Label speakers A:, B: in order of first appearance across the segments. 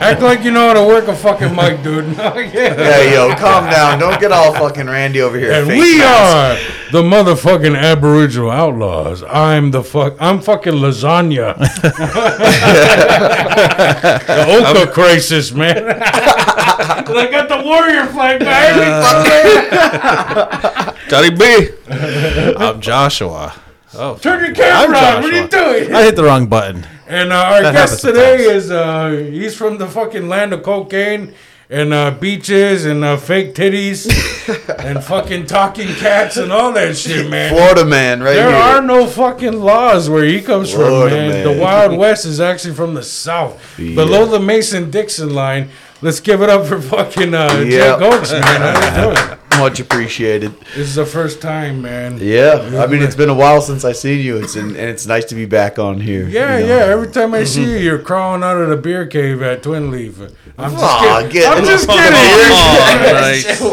A: Act like you know how to work a fucking mic, dude.
B: Yeah, yo, calm down. Don't get all fucking Randy over here.
A: And
B: face
A: we
B: mask.
A: are the motherfucking Aboriginal outlaws. I'm the fuck. I'm fucking lasagna. the Oka crisis, man. I got the warrior flag
C: Uh,
A: behind me.
C: Johnny B. I'm Joshua. Oh,
A: Turn your camera
C: I'm
A: on. What are you
C: Joshua.
A: doing?
C: I hit the wrong button.
A: And uh, our guest
C: happens
A: today is uh, he's from the fucking land of cocaine and uh, beaches and uh, fake titties and fucking talking cats and all that shit, man.
B: Florida man, right
A: There
B: here.
A: are no fucking laws where he comes from,
B: Florida,
A: man.
B: man.
A: The Wild West is actually from the South, below the Mason Dixon line. Let's give it up for fucking uh,
B: Yeah.
A: Jay Goats, man. How you doing?
B: Much appreciated.
A: This is the first time, man.
B: Yeah, I mean it's been a while since I seen you. It's and, and it's nice to be back on here.
A: Yeah,
B: you know.
A: yeah. Every time
B: Mm-hmm.
A: I see you, you're crawling out of the beer cave at Twin Leaf. I'm just
B: Aw,
A: kidding.
B: get-
A: I'm just
B: Come
A: kidding.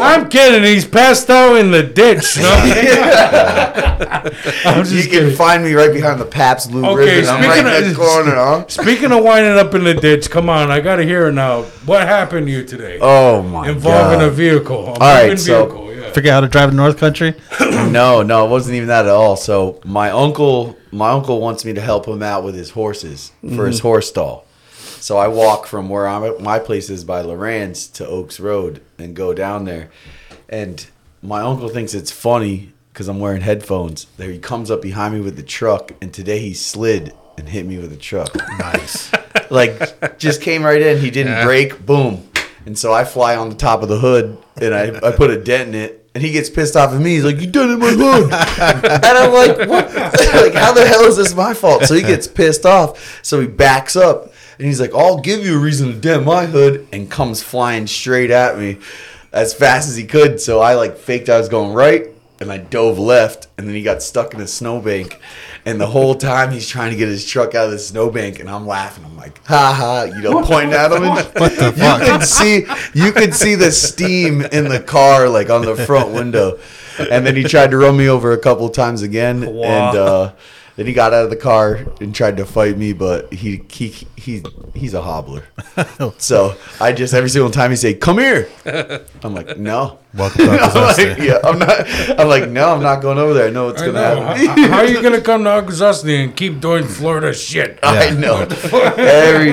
C: on, right.
A: I'm kidding. He's passed out in the ditch. No? I'm
B: You
A: just
B: can
A: kidding.
B: find me right behind the Paps Blue
A: Okay,
B: Ribbon. I'm right in
A: speaking of-
B: that corner, huh?
A: Speaking of winding up in the ditch, come on, I gotta hear it now. What happened to you today?
B: Oh my
A: Involving
B: god.
A: a vehicle. A All
B: right, so-
A: vehicle, yeah.
C: Figure out how to drive in North Country.
B: No, no, it wasn't even that at all. So my uncle, my uncle wants me to help him out with his horses for his horse stall. So I walk from where I'm at, my place is by Lorenz to Oaks Road and go down there. And my uncle thinks it's funny because I'm wearing headphones. There he comes up behind me with the truck, and today he slid and hit me with a truck.
C: Nice.
B: like just came right in. He didn't break. Boom. And so I fly on the top of the hood and I, I put a dent in it. And he gets pissed off at me. He's like, "You done it in my hood," and I'm like, "What? like, how the hell is this my fault?" So he gets pissed off. So he backs up and he's like, "I'll give you a reason to dent my hood," and comes flying straight at me as fast as he could. So I like faked I was going right, and I dove left, and then he got stuck in a snowbank. And the whole time he's trying to get his truck out of the snowbank, and I'm laughing. I'm like, ha ha, you know, pointing at him. What the fuck? You could see, you could see the steam in the car, like on the front window. And then he tried to run me over a couple times again, and uh, then he got out of the car and tried to fight me, but he he he he's a hobbler. so I just every single time he say, "Come here," I'm like, "No."
C: Welcome to
B: I'm
C: Alcazar.
B: like, yeah, I'm not. I'm like, no, I'm not going over there. I know what's
A: I
B: gonna
A: know.
B: happen.
A: How, how are you gonna come to Augustine and keep doing Florida shit?
B: I know. Every,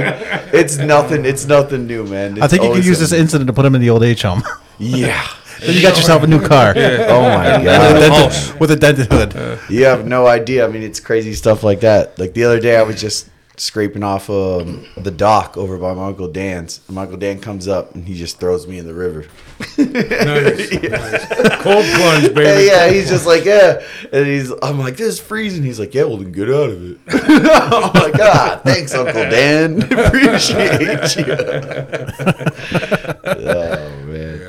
B: it's nothing. It's nothing new, man.
C: I think you
B: can
C: could use this incident to put him in the old age home.
B: Yeah.
C: then you got yourself a new car.
B: Oh my
C: With a
B: god.
C: dented- with a dented hood.
B: You have no idea. I mean, it's crazy stuff like that. Like the other day, I was just scraping off um, the dock over by my uncle Dan's. And my uncle Dan comes up and he just throws me in the river.
A: Nice, nice. Cold plunge, baby.
B: Yeah, yeah. He's just like, yeah. And he's, I'm like, this is freezing. He's like, yeah, well, then get out of it. I'm like, ah, thanks, Uncle Dan. Appreciate you. oh, man.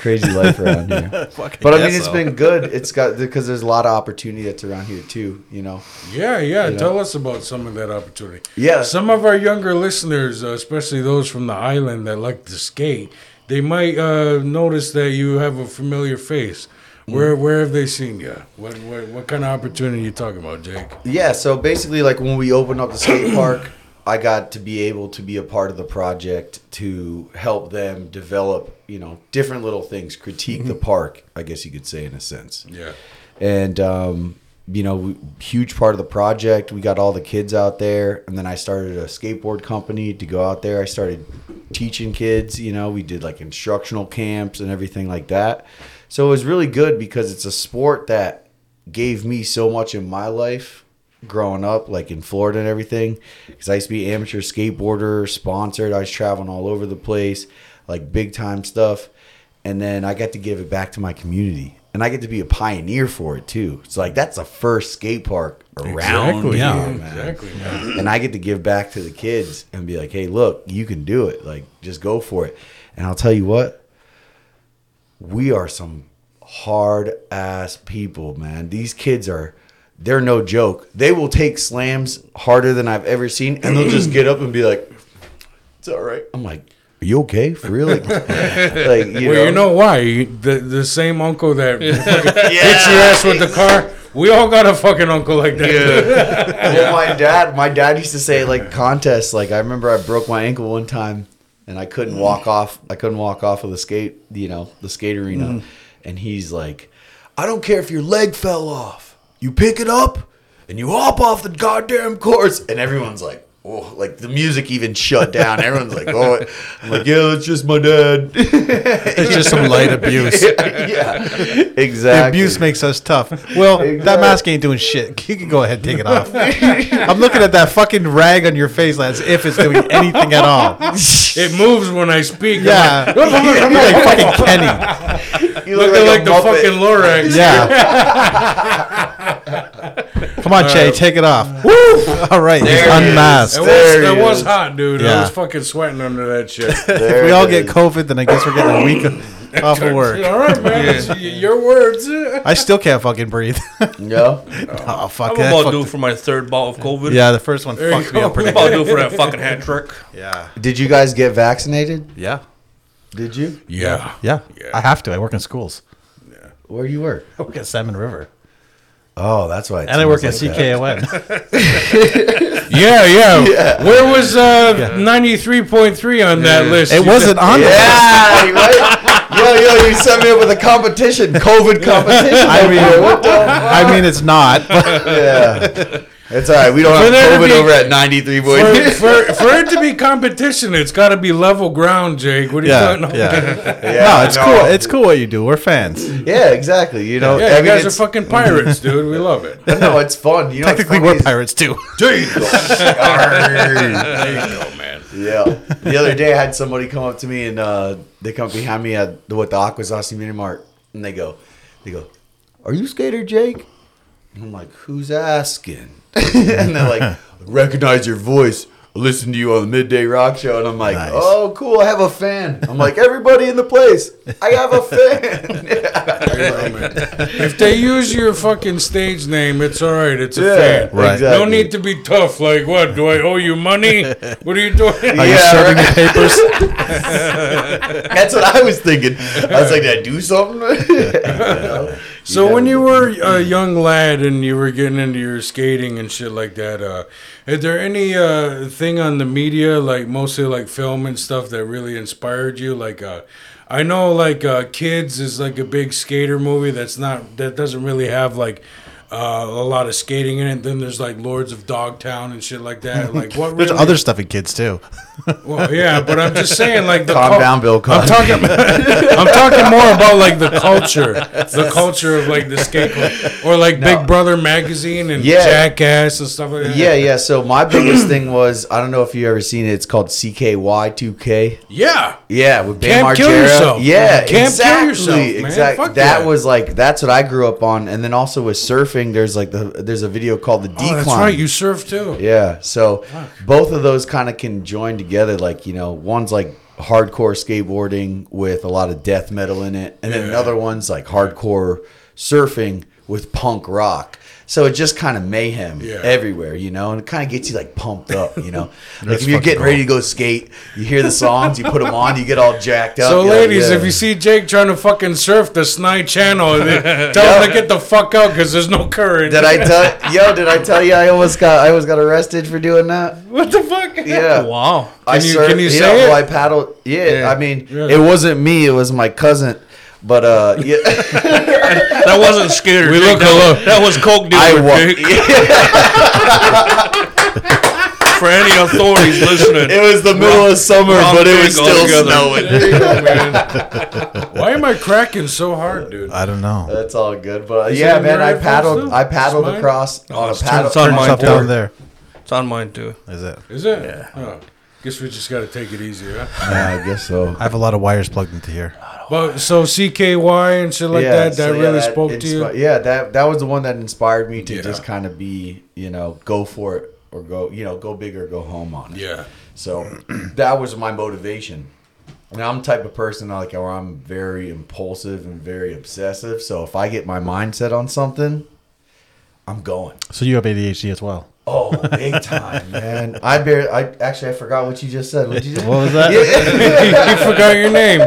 B: Crazy life around here. but I mean,
C: guess
B: it's
C: so.
B: been good. It's got, because there's a lot of opportunity that's around here, too, you know?
A: Yeah, yeah. Tell us about some of that opportunity.
B: Yeah.
A: Some of our younger listeners, uh, especially those from the island that like to skate, they might uh, notice that you have a familiar face.
B: Mm.
A: Where where have they seen you? What what, what kind of opportunity you talking about, Jake?
B: Yeah, so basically, like when we opened up the skate park, I got to be able to be a part of the project to help them develop, you know, different little things, critique the park, I guess you could say, in a sense.
A: Yeah.
B: and um, you know, we, huge part of the project. We got all the kids out there, and then I started a skateboard company to go out there. I started teaching kids. You know, we did like instructional camps and everything like that. So it was really good because it's a sport that gave me so much in my life growing up, like in Florida and everything. Because I used to be amateur skateboarder, sponsored. I was traveling all over the place, like big time stuff and then I get to give it back to my community. And I get to be a pioneer for it too. It's like that's the first skate park around
A: Exactly.
B: here,
C: yeah.
B: man.
A: Exactly. man.
B: And I get to give back to the kids and be like, "Hey, look, you can do it. Like, just go for it." And I'll tell you what, we are some hard ass people, man. These kids are they're no joke. They will take slams harder than I've ever seen and they'll just get up and be like, "It's all right." I'm like, "Are you okay? For real?" Like, like, you
A: Well, you know why? You- The the same uncle that fucking hits your ass with the car. We all got a fucking uncle like that.
B: well, my dad, my dad used to say like contests. Like I remember I broke my ankle one time, and I
C: Mm.
B: couldn't walk off. I couldn't walk off of the skate, you know, the skate arena.
C: Mm.
B: And he's like, "I don't care if your leg fell off. You pick it up and you hop off the goddamn course." And everyone's like, "Oh, like the music even shut down." Everyone's like, "Oh," I'm like, "Yeah, it's just my dad."
C: It's just some light abuse.
B: yeah,
C: The
B: exactly.
C: abuse makes us tough. Well, that
B: Exactly.
C: mask ain't doing shit. You can go ahead and take it off. I'm looking at that fucking rag on your face as if it's doing anything at all.
A: It moves when I speak. I'm
C: Yeah. You're like fucking Kenny.
B: You
A: Like, looking like,
B: a
A: the
B: Muppet.
A: fucking Lorax.
C: Yeah. Come on, Che, take it off. Woo! All right, he's
B: There he is.
A: It
C: unmasked.
A: was,
B: There
A: it
B: he
A: was
B: is.
A: hot, dude. I
C: Yeah.
A: was fucking sweating under that shit.
B: There
C: If we
B: it
C: all get
B: is.
C: COVID, then I guess we're getting a week of- off of work.
A: All right, man. it's y- Your words.
C: I still can't fucking breathe.
B: No.
C: oh fuck
D: I'm
C: that.
D: about
C: fucked-
D: due for my third ball of COVID.
C: yeah, the first one
A: There you
C: fucked me
A: go.
C: up
D: I'm
C: pretty.
D: about due for that fucking hat trick.
C: Yeah.
B: Did you guys get vaccinated?
C: Yeah.
B: Did you?
A: Yeah.
C: Yeah.
A: Yeah.
C: I have to. I work in schools.
B: Where do you work?
C: I work at Salmon River.
B: Oh, that's why. it
C: And I work at
B: smells like that.
C: CKON.
A: Yeah, yeah. Where was uh, 93.3 on that list?
C: it
A: You
C: wasn't on the list.
B: Yeah, you right? yo, yo, you set me up with a competition, COVID competition.
C: I mean,
B: what the?
C: I mean, it's not. but-
B: Yeah, it's all right. We don't
A: For
B: have
A: there to
B: COVID
A: be-
B: over at ninety three
A: For,
B: point.
A: for, for it to be competition, it's got to be level ground, Jake. What are you
C: yeah,
A: talking about?
C: yeah.
B: Yeah,
C: no, it's cool. It's cool what you do. We're fans.
B: yeah, exactly. You know,
A: Yeah,
B: I
A: you
B: mean,
A: guys are
B: it's,
A: fucking pirates, dude. We love it.
B: no, it's fun. You know, it's
C: Technically,
B: funny
C: we're
B: is-
C: pirates too.
B: Jesus.
A: There you go, man.
B: Yeah. The other day, I had somebody come up to me and uh, they come up behind me at the, what the Aquazasi Mini Mart, and they go, they go, "Are you skater Jake?" And I'm like, "Who's asking?" and they're like, "Recognize your voice." Listen to you on the midday rock show, and I'm like,
C: Nice.
B: "Oh, cool! I have a fan." I'm like, "Everybody in the place, I have a fan."
A: There you go, man. If they use your fucking stage name, it's all right. It's a
B: Yeah,
A: fan.
C: Right.
A: No need to be tough. Like, what? Do I owe you money? What are you doing?
C: Are you
B: Yeah,
C: serving the papers?
B: That's what I was thinking. I was like, "Did I do something?"
A: So when you were a young lad and you were getting into your skating and shit like that, uh, is there any uh, thing on the media, like mostly like film and stuff, that really inspired you? Like, uh, I know like uh, Kids is like a big skater movie that's not that doesn't really have like. Uh, a lot of skating in it. Then there's like Lords of Dogtown and shit like that. Like what?
C: There's
A: really-
C: other stuff in kids too.
A: Well, yeah, but I'm just saying like the
B: calm
A: cul-
B: down, Bill. Calm
A: I'm talking. I'm talking more about like the culture, the culture of like the skate cul- or like Big Brother magazine and
B: Yeah.
A: Jackass and stuff like that.
B: Yeah, yeah. So my biggest thing was I don't know if you ever seen it. It's called CKY2K.
A: yeah. Oh,
B: Yeah, with Bam
A: Can't
B: Margera.
A: kill yourself.
B: Yeah,
A: Can't kill
B: exactly.
A: yourself, man.
B: Exact-
A: Fuck
B: That
A: yeah.
B: was like that's what I grew up on. And then also with surfing, there's like the there's a video called the decline.
A: Oh, that's right. You surf too.
B: Yeah. So both of those kind of can join together. Like, you know, one's like hardcore skateboarding with a lot of death metal in it, and then
A: Yeah.
B: another one's like hardcore surfing with punk rock. So it just kind of mayhem
A: Yeah.
B: everywhere, you know, and it kind of gets you like pumped up, you know. like
C: That's
B: if you're
C: fucking
B: getting ready
C: cool.
B: to go skate, you hear the songs, you put them on, you get all jacked up.
A: So,
B: you're like,
A: ladies,
B: yeah.
A: if you see Jake trying to fucking surf the Snide Channel, then tell him to get the fuck out because there's no current.
B: did I tell yo? Did I tell you I almost got I almost got arrested for doing that?
A: what the fuck?
B: Yeah.
D: Wow.
B: I
A: Can you-
B: surf-
A: can you
B: yeah,
A: say
B: well,
A: it?
B: I paddled. Yeah,
A: Yeah.
B: I mean,
A: Yeah.
B: it wasn't me. It was my cousin. But uh, yeah,
D: That wasn't skater.
A: We
D: Jake.
A: look
D: that,
A: alone.
D: that was coke
B: I
D: dealer.
B: wa-
D: Jake. For any authorities listening,
B: it was the middle of summer,
D: wrong
B: but it was
D: thing
B: still snowing.
D: altogether.
A: There you go, man. Why am I cracking so hard, dude?
C: I don't know.
B: That's all good. But uh,
A: Is
B: yeah,
A: it in
B: man,
A: your
B: I
A: iPhone
B: paddled.
A: still?
B: I paddled
A: It's mine?
B: across on a
D: it's
B: paddle.
D: turned
B: on
D: mine
C: Stuff
D: too.
C: down there.
D: it's on mine too.
C: Is it?
A: Is it? Yeah. Oh, guess we just got to take it easy, huh?
B: Yeah, I guess so.
C: I have a lot of wires plugged into here.
A: But so CKY and shit like
B: yeah,
A: that, that
B: so, yeah,
A: really spoke to
B: inspi-
A: you.
B: Yeah, that that was the one that inspired me to
A: Yeah.
B: just kind of be, you know, go for it or go, you know, go big or go home on it.
A: Yeah.
B: So that was my motivation. And I'm the type of person like where I'm very impulsive and very obsessive. So if I get my mindset on something, I'm going.
C: So you have ADHD as well.
B: Oh, big time, man! I barely. I actually I forgot what you just said. What you just?
C: What was that?
A: you forgot your name.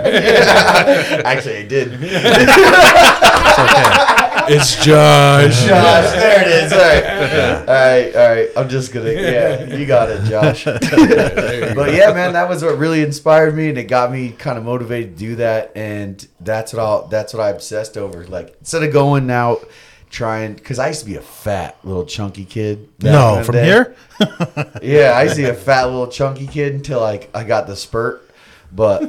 B: actually, I did.
C: It's okay.
A: It's Josh.
B: Josh, there it is. All right, all right, all right. I'm just gonna, yeah, you got it, Josh. but yeah, man, that was what really inspired me, and it got me kind of motivated to do that. And that's what I, that's what I obsessed over. Like instead of going out trying, because I used to be a fat little chunky kid. back in
C: no,
B: the
C: from
B: day.
C: here.
B: Yeah, I used to be a fat little chunky kid until like I got the spurt. But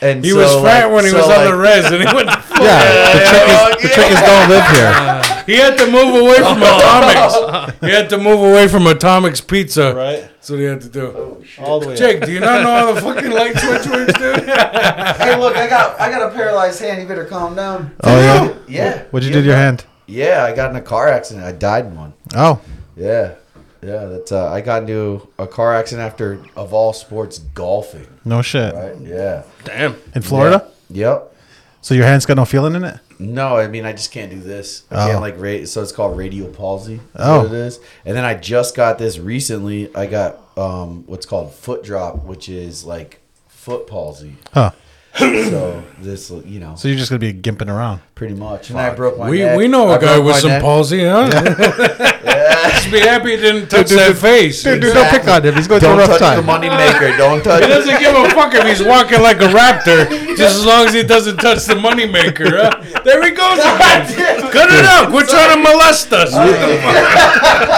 B: and
A: He
B: so,
A: was fat
B: like-
A: when he
B: so,
A: was on the
B: like-
A: res, and he went. the fuck-
C: Yeah, the trick is the trick is don't live here.
A: He had to move away from Atomics. He had to move away from Atomics Pizza.
C: Right.
A: That's what he had to do.
C: All the way.
A: Jake, do you not know how the fucking light switch works, dude?
B: Hey, look, I got I got a paralyzed hand. You better calm down.
C: Oh yeah.
B: Yeah.
C: What'd you
B: yeah,
C: do to your hand?
B: Yeah, I got in a car accident. I died in one.
C: Oh,
B: Yeah. Yeah, that's uh, I got into a car accident after of all sports golfing.
C: no shit.
B: Right? Yeah.
D: Damn.
C: In Florida.
B: Yep.
C: So your hand's got no feeling in it.
B: No, I mean I just can't do this. I
C: Oh.
B: can't like ra- so it's called radial palsy. is
C: Oh.
B: what it is. And then I just got this recently. I got um what's called foot drop, which is like foot palsy.
C: Huh.
B: so this you know
C: So you're just gonna be gimping around.
B: pretty much. And then I broke my
A: We,
B: neck.
A: we know a
B: I
A: guy
B: broke
A: with
B: my
A: some
B: neck.
A: palsy, huh? Just be happy he didn't touch that face. He
C: Dude, dude, don't pick on him. He's going through a
B: Don't
C: rough
B: touch
C: time.
B: the money maker. Don't touch it.
A: doesn't give a fuck if he's walking like a raptor, just as long as he doesn't touch the moneymaker. Huh? There he goes again. Good enough. We're trying to molest us.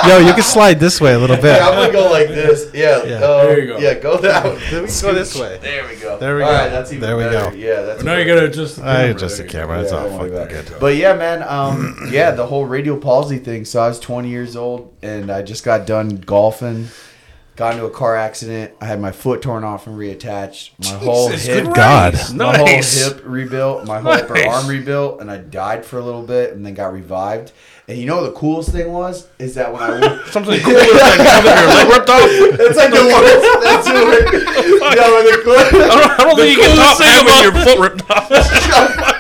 C: Yo, you can slide this way a little bit.
B: Yeah, I'm gonna go like this. Yeah.
C: Yeah.
B: um,
A: There you go.
B: Yeah, go down.
C: Let's go this way.
B: There we go.
C: There we
B: All
C: go.
B: right, that's even
C: There we
B: better.
C: go.
B: Yeah, that's.
A: now you gotta
B: better.
A: adjust the camera.
C: I just a
A: There you go.
C: camera. That's
B: Yeah,
C: all
B: we'll be
C: fucking
B: back.
C: good.
B: But yeah, man. Um, yeah, the whole radial palsy thing. So I was 20 years old, and I just got done golfing. Got into a car accident. I had my foot torn off and reattached. My whole
A: Jesus
B: hip,
C: Christ. God.
B: my
D: Nice.
B: whole hip rebuilt. My whole upper
D: Nice.
B: arm rebuilt, and I died for a little bit, and then got revived. And you know what the coolest thing was is that when I
D: Something cool is like having your leg ripped off. I
B: That's like the worst. That's the worst. Yeah, when the clip.
D: don't, I don't think you can top having your foot ripped off.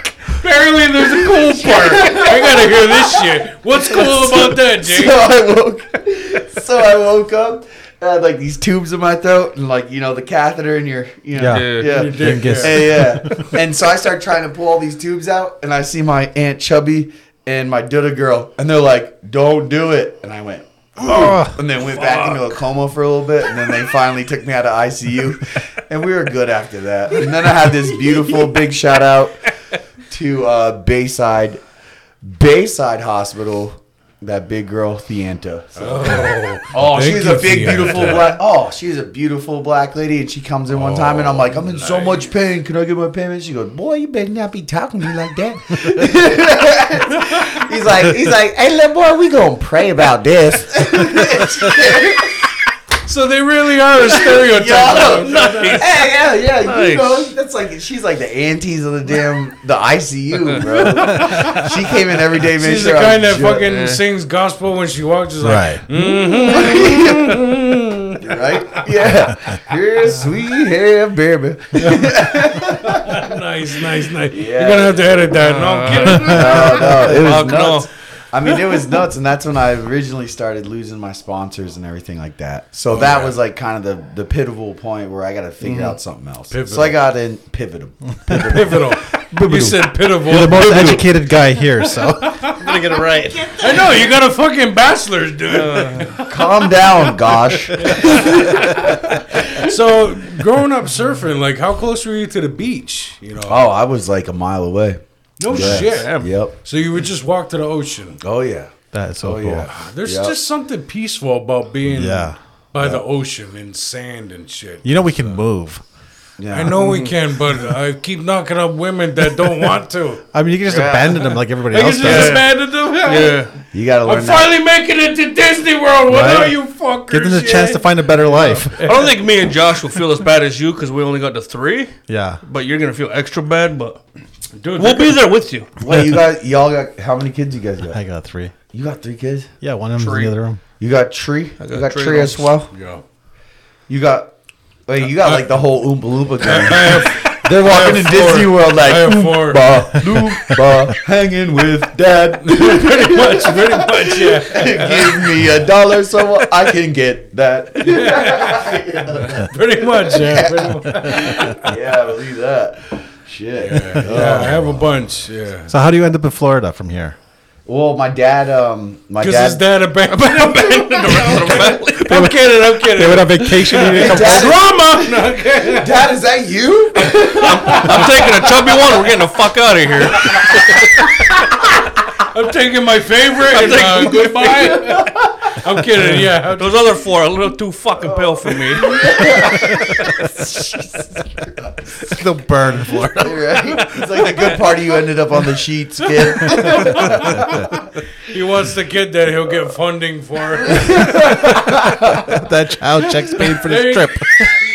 A: Apparently, there's a cool part. I gotta hear this shit. What's cool about that, Jake?
B: So I woke. So I woke up. I had like these tubes in my throat, and like you know the catheter in your, you know,
C: Yeah.
B: yeah.
A: You dick,
C: Dingus.
A: yeah.
B: Yeah, yeah. and so I start trying to pull all these tubes out, and I see my aunt Chubby and my Duda girl, and they're like, "Don't do it," and I went.
C: Oh,
B: And then went back into a coma for a little bit, and then they finally took me out of ICU, and we were good after that. And then I had this beautiful big shout out to uh, Bayside, Bayside Hospital. That big girl, Theanta. So- Oh,
A: Thank
B: she's
A: you,
B: a big,
A: Fiona.
B: beautiful black. Oh, she's a beautiful black lady, and she comes in one
A: Oh,
B: time, and I'm like, I'm in so much pain. Can I get my payment? She goes, Boy, you better not be talking to me like that. he's like, he's like, Hey, little boy, we gonna pray about this.
A: So they really are a stereotype.
B: Yo,
A: though.
B: nice. Hey, yeah, yeah,
D: Nice.
B: you know, that's like she's like the aunties of the damn the ICU, bro. she came in every day, made
A: She's the
B: sure I
A: kind that
B: was ju-
A: fucking sings gospel when she walks. Just like,
C: right.
B: right, yeah. Here's sweet hair, baby.
A: Nice, nice, nice. You're
B: Yeah.
A: gonna have to edit that. No, I'm kidding.
B: No, no, it was
D: Fuck no.
B: nuts. I mean, it was nuts, and that's when I originally started losing my sponsors and everything like that. So
C: Oh,
B: that was like kind of the the pivotal point where I got to figure
C: Mm-hmm.
B: out something else. So I
A: Pivotal.
B: got in pivotal. Uh.
A: pivotal. you said pitiful.
C: You're the most educated guy here, so
D: I'm gonna get it right.
A: I know you got a fucking bachelor's, dude.
B: Uh. Calm down, gosh.
A: so growing up surfing, like how close were you to the beach? You know,
B: Oh, I was like a mile away.
A: no
B: Yes.
A: shit.
B: Yep.
A: So you would just walk to the ocean.
B: Oh yeah.
C: that's so
B: Oh,
C: cool.
B: yeah.
A: There's
B: Yep.
A: just something peaceful about being
C: Yeah.
A: by the ocean and sand and shit.
C: You know we can move.
B: Yeah.
A: I know we can, but I keep knocking up women that don't want to.
C: I mean, you can just abandon them like everybody
A: I
C: else
A: just
C: does.
A: abandoned them.
D: Yeah.
B: You gotta learn
A: I'm
B: that.
A: finally making it to Disney World. What
C: Right.
A: are you fuckers?
C: Give them the
A: yeah?
C: chance to find a better life.
D: I don't think me and Josh will feel as bad as you because we only got to three.
C: Yeah.
D: But you're gonna feel extra bad. But
A: Dude,
D: we'll be there with you.
B: Well, you guys, y'all got how many kids? You guys got?
C: I got three.
B: You got three kids.
C: Yeah, one of them's in
D: Three.
C: the other room.
B: You got tree. you got
D: three
B: tree, as well.
A: Yo.
B: You got. Wait, you got like the whole Oompa Loompa
A: I
B: gang.
A: have,
B: They're walking in
A: have
B: Disney
A: four.
B: World like
A: I have four.
B: Oompa Loompa, hanging with Dad.
A: pretty much, pretty much, yeah.
B: Give me a dollar so I can get that.
A: Pretty much, yeah. Pretty much.
B: yeah, believe that. Shit. Uh,
A: Yeah, I have a bunch. Yeah.
C: So how do you end up in Florida from here?
B: Well, my dad, um, my
A: Because his
B: dad,
A: dad abandoned
D: Abandoned the rest of the family.
A: I'm kidding. I'm
C: They
A: kidding.
C: went on vacation. He didn't come
B: Dad-
C: home.
A: Drama. No, I'm kidding.
B: Dad, is that you?
D: I'm taking a chubby one. We're getting the fuck out of here.
A: I'm taking my favorite. and, uh,
D: taking my
A: goodbye. I'm kidding. Yeah. I'm-
D: Those other four are a little too fucking pale for me.
C: They'll burn in Florida.
B: Right? It's like the good party you ended up on the sheets, kid.
A: He wants the kid that he'll get funding for.
C: That child checks paid for this trip.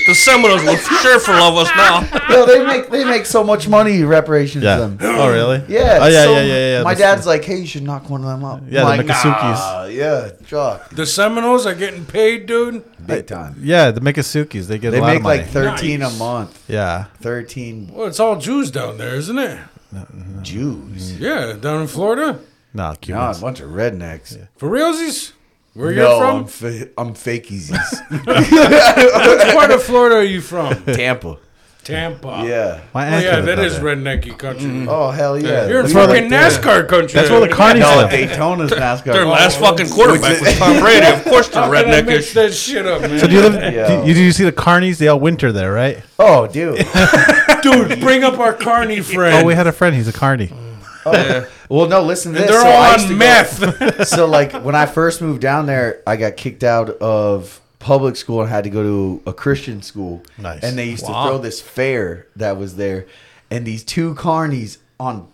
D: The Seminoles will sure for love us now.
B: No, they make they make so much money reparations
C: Yeah.
B: to them.
C: Oh really?
B: Yeah.
C: Oh yeah,
B: so
C: yeah, yeah, yeah.
B: My
C: That's-
B: dad's like, hey, you should knock one of them up.
C: Yeah,
B: I'm
C: the
B: like,
C: Mikasukis.
B: "Nah, yeah, Chuck.
A: The Seminoles are getting paid, dude.
B: Big time.
C: Yeah, the Mikasukis. They get
B: They
C: a lot
B: make
C: of money.
B: like thirteen
A: Nice.
B: a month.
C: yeah.
B: Thirteen
A: Well, it's all Jews down there, isn't it?
C: Uh,
B: Jews.
A: Yeah, down in Florida.
C: No,
B: Nah,
C: Cubans.
B: a bunch of rednecks.
A: For realsies? Where
B: No,
A: you're
B: I'm
A: from?
B: fa- I'm fakeies.
A: Which part of Florida are you from?
B: Tampa.
A: Tampa.
B: Yeah.
C: My
A: Oh,
C: aunt
A: yeah,
C: lives
A: that
C: out
A: is
C: there.
A: rednecky country.
B: Oh hell yeah.
A: You're in
B: Look at
A: fucking
B: that.
A: NASCAR country.
C: That's where the Carnies
B: No,
C: live.
B: Daytona's NASCAR.
D: Their last fucking quarterback
B: Which
D: was Tom Brady. Of course, the
A: How can I mix
D: redneckish.
A: that shit up, man.
C: So do you live?
B: Yeah.
C: Do you, do you see the Carnies? They all winter there, right?
B: Oh, dude.
A: Dude, bring up our carny friend.
C: Oh, we had a friend. He's a Carney.
B: Well, no, listen to this.
A: They're
B: So I
A: all
B: used to
A: on
B: go-
A: meth.
B: so like when I first moved down there, I got kicked out of public school and had to go to a Christian school.
C: Nice.
B: And they used
D: Wow.
B: to throw this fair that was there, and these two carnies on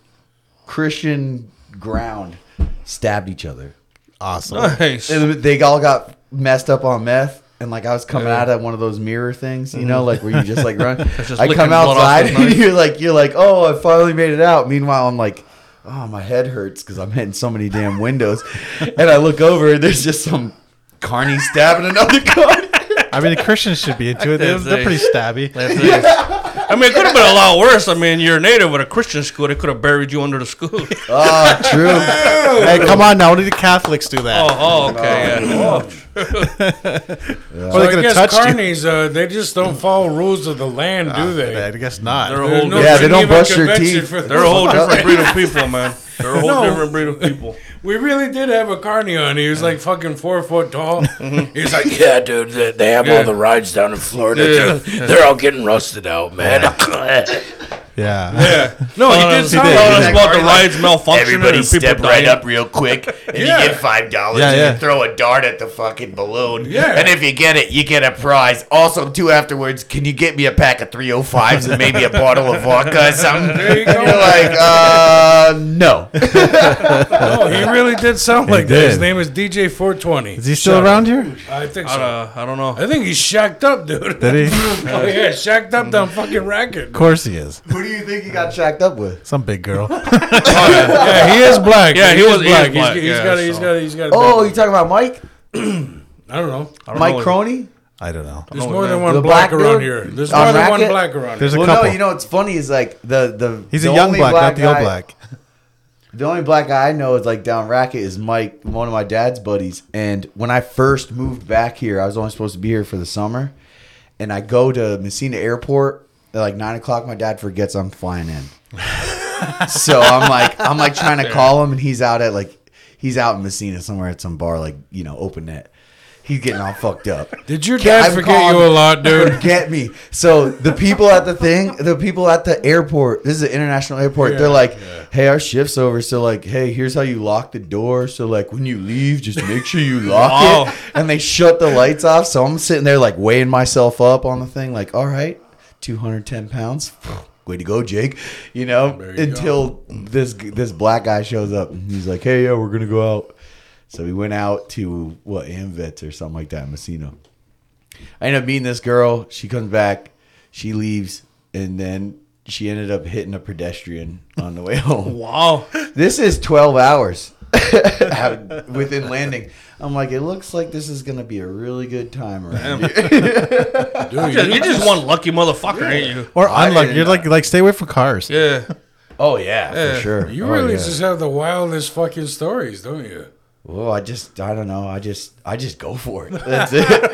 B: Christian ground stabbed each other.
C: Awesome.
D: Nice.
B: And they all got messed up on meth. And like I was coming out of one of those mirror things, you know, like where you just like run.
D: Mm-hmm. just
B: I
D: licking
B: come
D: blood off
B: outside
D: the
B: and
D: knife.
B: you're like, you're like, oh, I finally made it out. Meanwhile, I'm like, oh, my head hurts because I'm hitting so many damn windows. and I look over and there's just some carny stabbing another carny.
C: I mean, the Christians should be into it. They're,
D: That's
C: they're pretty
D: nice.
C: stabby.
D: That's nice. I mean, it could have been a lot worse. I mean, you're a native at a Christian school. They could have buried you under the school. Oh,
B: Ah, true.
C: Hey, come on now. Only the Catholics do that.
D: oh okay. Yeah.
C: Or they
A: I
C: could have
A: guess
C: touched you.
A: carnies, uh, they just don't follow rules of the land, do they?
C: I guess not.
D: They're a
A: There's
D: whole
A: no
D: different,
B: Yeah, they don't
A: Geneva
B: brush their
A: Convention
B: teeth.
A: for
D: they're a
A: those.
D: whole different breed of people, man. They're a whole
A: No.
D: different breed of people.
A: We really did have a carny on. He was like fucking four foot tall. He's like, yeah,
E: dude, they- they have all the rides down in Florida.
D: Yeah.
E: too. They're all getting rusted out, man.
C: yeah.
D: No, Uh, he
C: he
D: did tell
C: did.
D: us
E: Like,
D: about the
E: like,
D: rides malfunctioning.
E: Everybody
D: and people
E: step right
D: dying.
E: up real quick, and
A: Yeah.
E: you get five dollars,
C: Yeah,
E: and
C: yeah.
E: you throw a dart at the fucking balloon.
A: Yeah.
E: And if you get it, you get a prize. Also, too, afterwards, can you get me a pack of 305s and maybe a bottle of vodka or something?
A: There you go.
E: And you're like, uh, no.
A: oh, he really did sound like that. His
C: did.
A: name is DJ 420.
C: Is he still around here?
A: I think
D: I
A: so.
D: don't- Uh, I don't know.
A: I think he's shacked up, dude.
C: Did he?
A: oh yeah, shacked up down fucking racket.
C: Of course he is.
B: Who do you think he
D: Uh,
B: got shacked up with?
C: Some big girl.
A: yeah, he is black.
D: Yeah, he
A: is
D: was- he is black,
A: He's,
D: yeah,
A: he's got. a- He's
D: so.
A: got. a- He's got. a
B: Oh,
A: bad-
B: you talking about Mike?
A: I don't know.
D: I don't
B: Mike
D: know.
B: Crony?
C: I don't know.
A: There's
D: know
A: more
D: his
A: than
D: name.
A: one
B: The
A: black,
B: black
A: around
B: dude?
A: here. There's
B: On
A: more than one
B: racket?
A: black around
C: There's
A: here.
C: a
B: Well,
C: couple.
B: no, you know what's funny is like the the
C: He's
B: the
C: a young
B: only
C: black, not the
B: guy-
C: old black.
B: The only black guy I know is like down racket is Mike, one of my dad's buddies. And when I first moved back here, I was only supposed to be here for the summer. And I go to Messina Airport at like nine o'clock. My dad forgets I'm flying in, so I'm like I'm like trying to call him, and he's out at like he's out in Messina somewhere at some bar, like you know, open net. He's getting all fucked up.
A: Did your
B: Can't-
A: dad
B: I'm
A: forget you
B: calling-
A: a lot, dude?
B: Forget me. So the people at the thing, the people at the airport. This is an international airport. they're like, "Hey, our shift's over. So like, hey, here's how you lock the door. So like, when you leave, just make sure you lock
D: Oh.
B: it." And they shut the lights off. So I'm sitting there like weighing myself up on the thing. Like, all right, 210 pounds. Way to go, Jake. You know,
A: you
B: until this this black guy shows up and he's like, "Hey, yeah, we're gonna go out." So we went out to what Amvets or something like that, Messina. I ended up meeting this girl. She comes back, she leaves, and then she ended up hitting a pedestrian on the way home.
D: Wow.
B: This is 12 hours out- within landing. I'm like, it looks like this is going to be a really good time around here.
A: Dude,
D: You're
A: you-
D: just one lucky motherfucker, ain't you?
C: Or
B: I
C: unlucky.
B: didn't
C: You're
B: know.
C: like like stay away from cars.
D: Yeah.
B: Oh, yeah, for sure.
A: you
B: Oh,
A: really
B: yeah.
A: just have the wildest fucking stories, don't you?
B: well, I just, I don't know. I just, I just go for it. That's it. I don't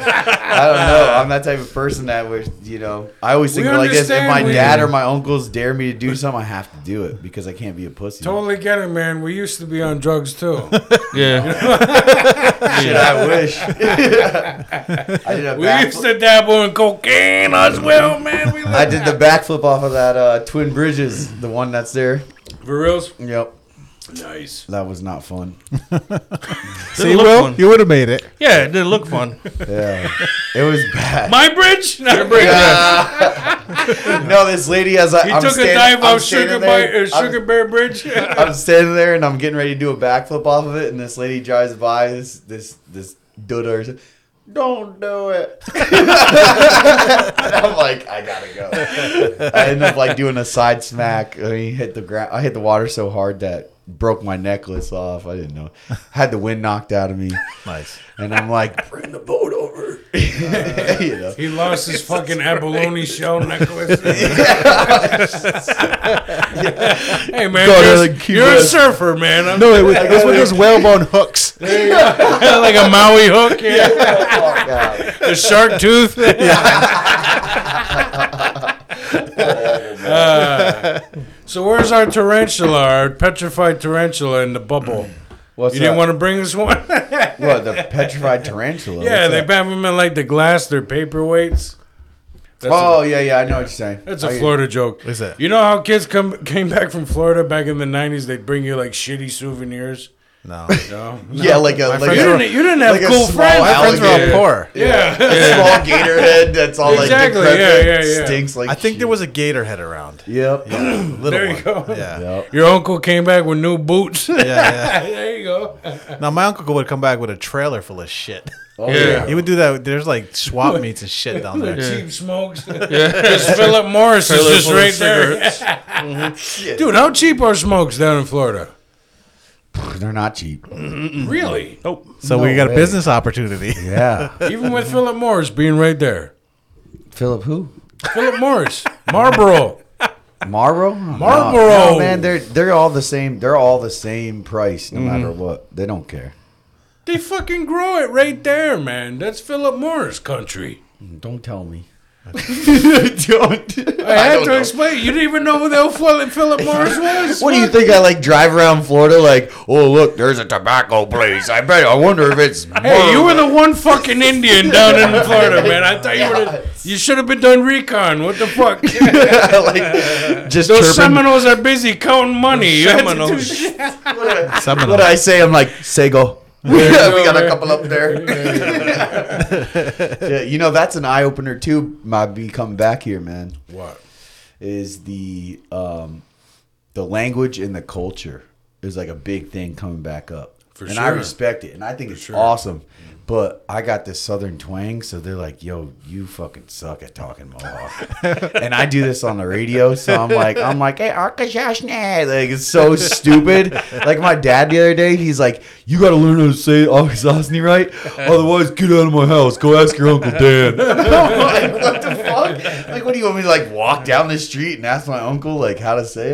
B: know. I'm that type of person that was, you know, I always think
A: We
B: like this. If
A: understand
B: my
A: we-
B: dad or my uncles dare me to do something, I have to do it because I can't be a pussy.
A: Totally get it, man. We used to be on drugs too.
D: Yeah.
B: Shit, I wish. I did a
A: We
B: backflip.
A: used to dabble in cocaine as well, man. We
B: I did the backflip off of that uh, Twin Bridges, the one that's there.
A: for reals.
B: Yep,
A: Nice.
B: that was not fun.
C: See,
D: look
C: Will,
D: one.
C: you would have made it.
D: Yeah, it didn't look fun.
B: Yeah, it was bad.
A: My bridge. Not bridge.
B: No, this lady has. A,
A: He
B: I'm
A: took
B: standing,
A: a dive
B: I'm
A: off Sugar,
B: standing
A: Bi-
B: there,
A: uh, Sugar
B: I'm,
A: Bear Bridge.
B: I'm standing there and I'm getting ready to do a backflip off of it, and this lady drives by. This this this duder. says, Don't do it. And I'm like, I gotta go. I ended up like doing a side smack. I mean, hit the ground. I hit the water so hard that broke my necklace off. I didn't know. Had the wind knocked out of me,
C: Nice.
B: and I'm like, bring the boat over. you know.
A: he lost his fucking abalone shell necklace. hey man,
B: Go to
A: you're,
B: the Cuba.
A: you're a surfer, man. I'm
C: No, it was, it was with those whalebone hooks.
A: like a Maui hook. Yeah.
B: Fuck out.
A: the shark tooth. Uh, so where's our tarantula, our petrified tarantula in the bubble?
B: What's
A: You didn't
B: that?
A: want to bring this one?
B: What the petrified tarantula?
A: yeah,
B: What's
A: they
B: that?
A: have them in like the glass, their paperweights. That's
B: Oh yeah, yeah, I know what you're saying.
A: That's a Florida joke.
C: Is it?
A: You know how kids come came back from Florida back in the nineties? They'd bring you like shitty souvenirs.
C: No.
A: No,
B: Yeah, like a like
A: you
B: a,
A: didn't. You didn't have
B: like a
A: cool
B: small
A: friends.
C: My friends were all
B: alligator.
C: poor.
A: Yeah.
B: small gator head that's all
A: Exactly,
B: like decrepit,
A: yeah, yeah, yeah.
B: stinks like.
C: I think there
B: shit.
C: was a gator head around.
B: Yep. Yeah.
C: Little
A: There you
C: one.
A: go.
C: Yeah.
B: Yep.
A: Your uncle came back with new boots.
C: Yeah,
A: there you go.
C: yeah. Now my uncle would come back with a trailer full of shit.
B: Oh,
D: Yeah.
C: He would do that. There's like swap meets and shit down
A: The
C: there.
A: cheap smokes. Just Philip Morris is just
D: Full of
A: right there.
D: cigarettes.
A: Dude, how cheap are smokes down in Florida?
B: They're not cheap. Mm-hmm.
A: Really?
D: Nope.
C: So
B: No
C: we got
B: way.
C: a business opportunity.
B: Yeah.
A: Even with Philip Morris being right there.
B: Philip who?
A: Philip Morris, Marlboro.
B: Marlboro. No,
A: Marlboro.
B: No, man, they're they're all the same. They're all the same price,
A: Mm-hmm.
B: no matter what. They don't care.
A: They fucking grow it right there, man. That's Philip Morris country.
B: Don't tell me. don't.
A: I had to explain. You didn't even know who the hell Philip, Philip Morris was.
B: What do you think? I like drive around Florida, like, oh look, there's
E: There's a tobacco place. I bet. I wonder if it's.
A: Hey, you were the one fucking Indian down in Florida, man. I thought you were. The, you should have been doing recon. What the fuck?
B: like just
A: Those
B: chirping
A: Seminoles are busy counting money. You had to do
D: Seminoles.
A: shit.
C: Some of
B: What
C: them.
B: I say, I'm like Sego. we got
A: right.
B: a couple up there. yeah, you know that's an eye opener too. My become back here, man,
A: What?
B: is the um, the language and the culture is like a big thing coming back up,
A: For
B: and I
A: sure.
B: respect it, and I think it's
A: sure.
B: awesome. But I got this southern twang, so they're like, "Yo, you fucking suck at talking Mohawk," and I do this on the radio, so I'm like, "I'm like, hey, Arkashashne," like it's so stupid. Like my dad the other day, he's like, "You got to learn how to say Arkashashne right, otherwise get out of my house. Go ask your uncle Dan." I'm like, what the fuck? Like, what do you want me to like walk down the street and ask my uncle like how to say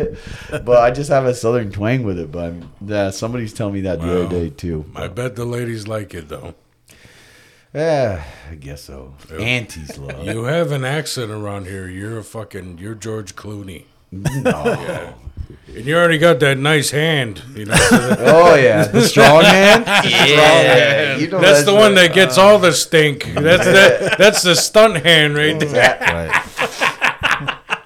B: it? But I just have a southern twang with it. But yeah, somebody's telling me that the
A: Wow.
B: other day too.
A: I bet the ladies like it though.
B: Yeah, I guess so. Auntie's love.
A: You have an accent around here. You're a fucking. You're George Clooney.
B: No.
A: And you already got that nice hand, you know. so that-
B: Oh yeah, the strong hand.
E: Yeah.
B: You know
A: that's the one that gets all the stink.
B: Uh,
A: That's that. That's the stunt hand right there.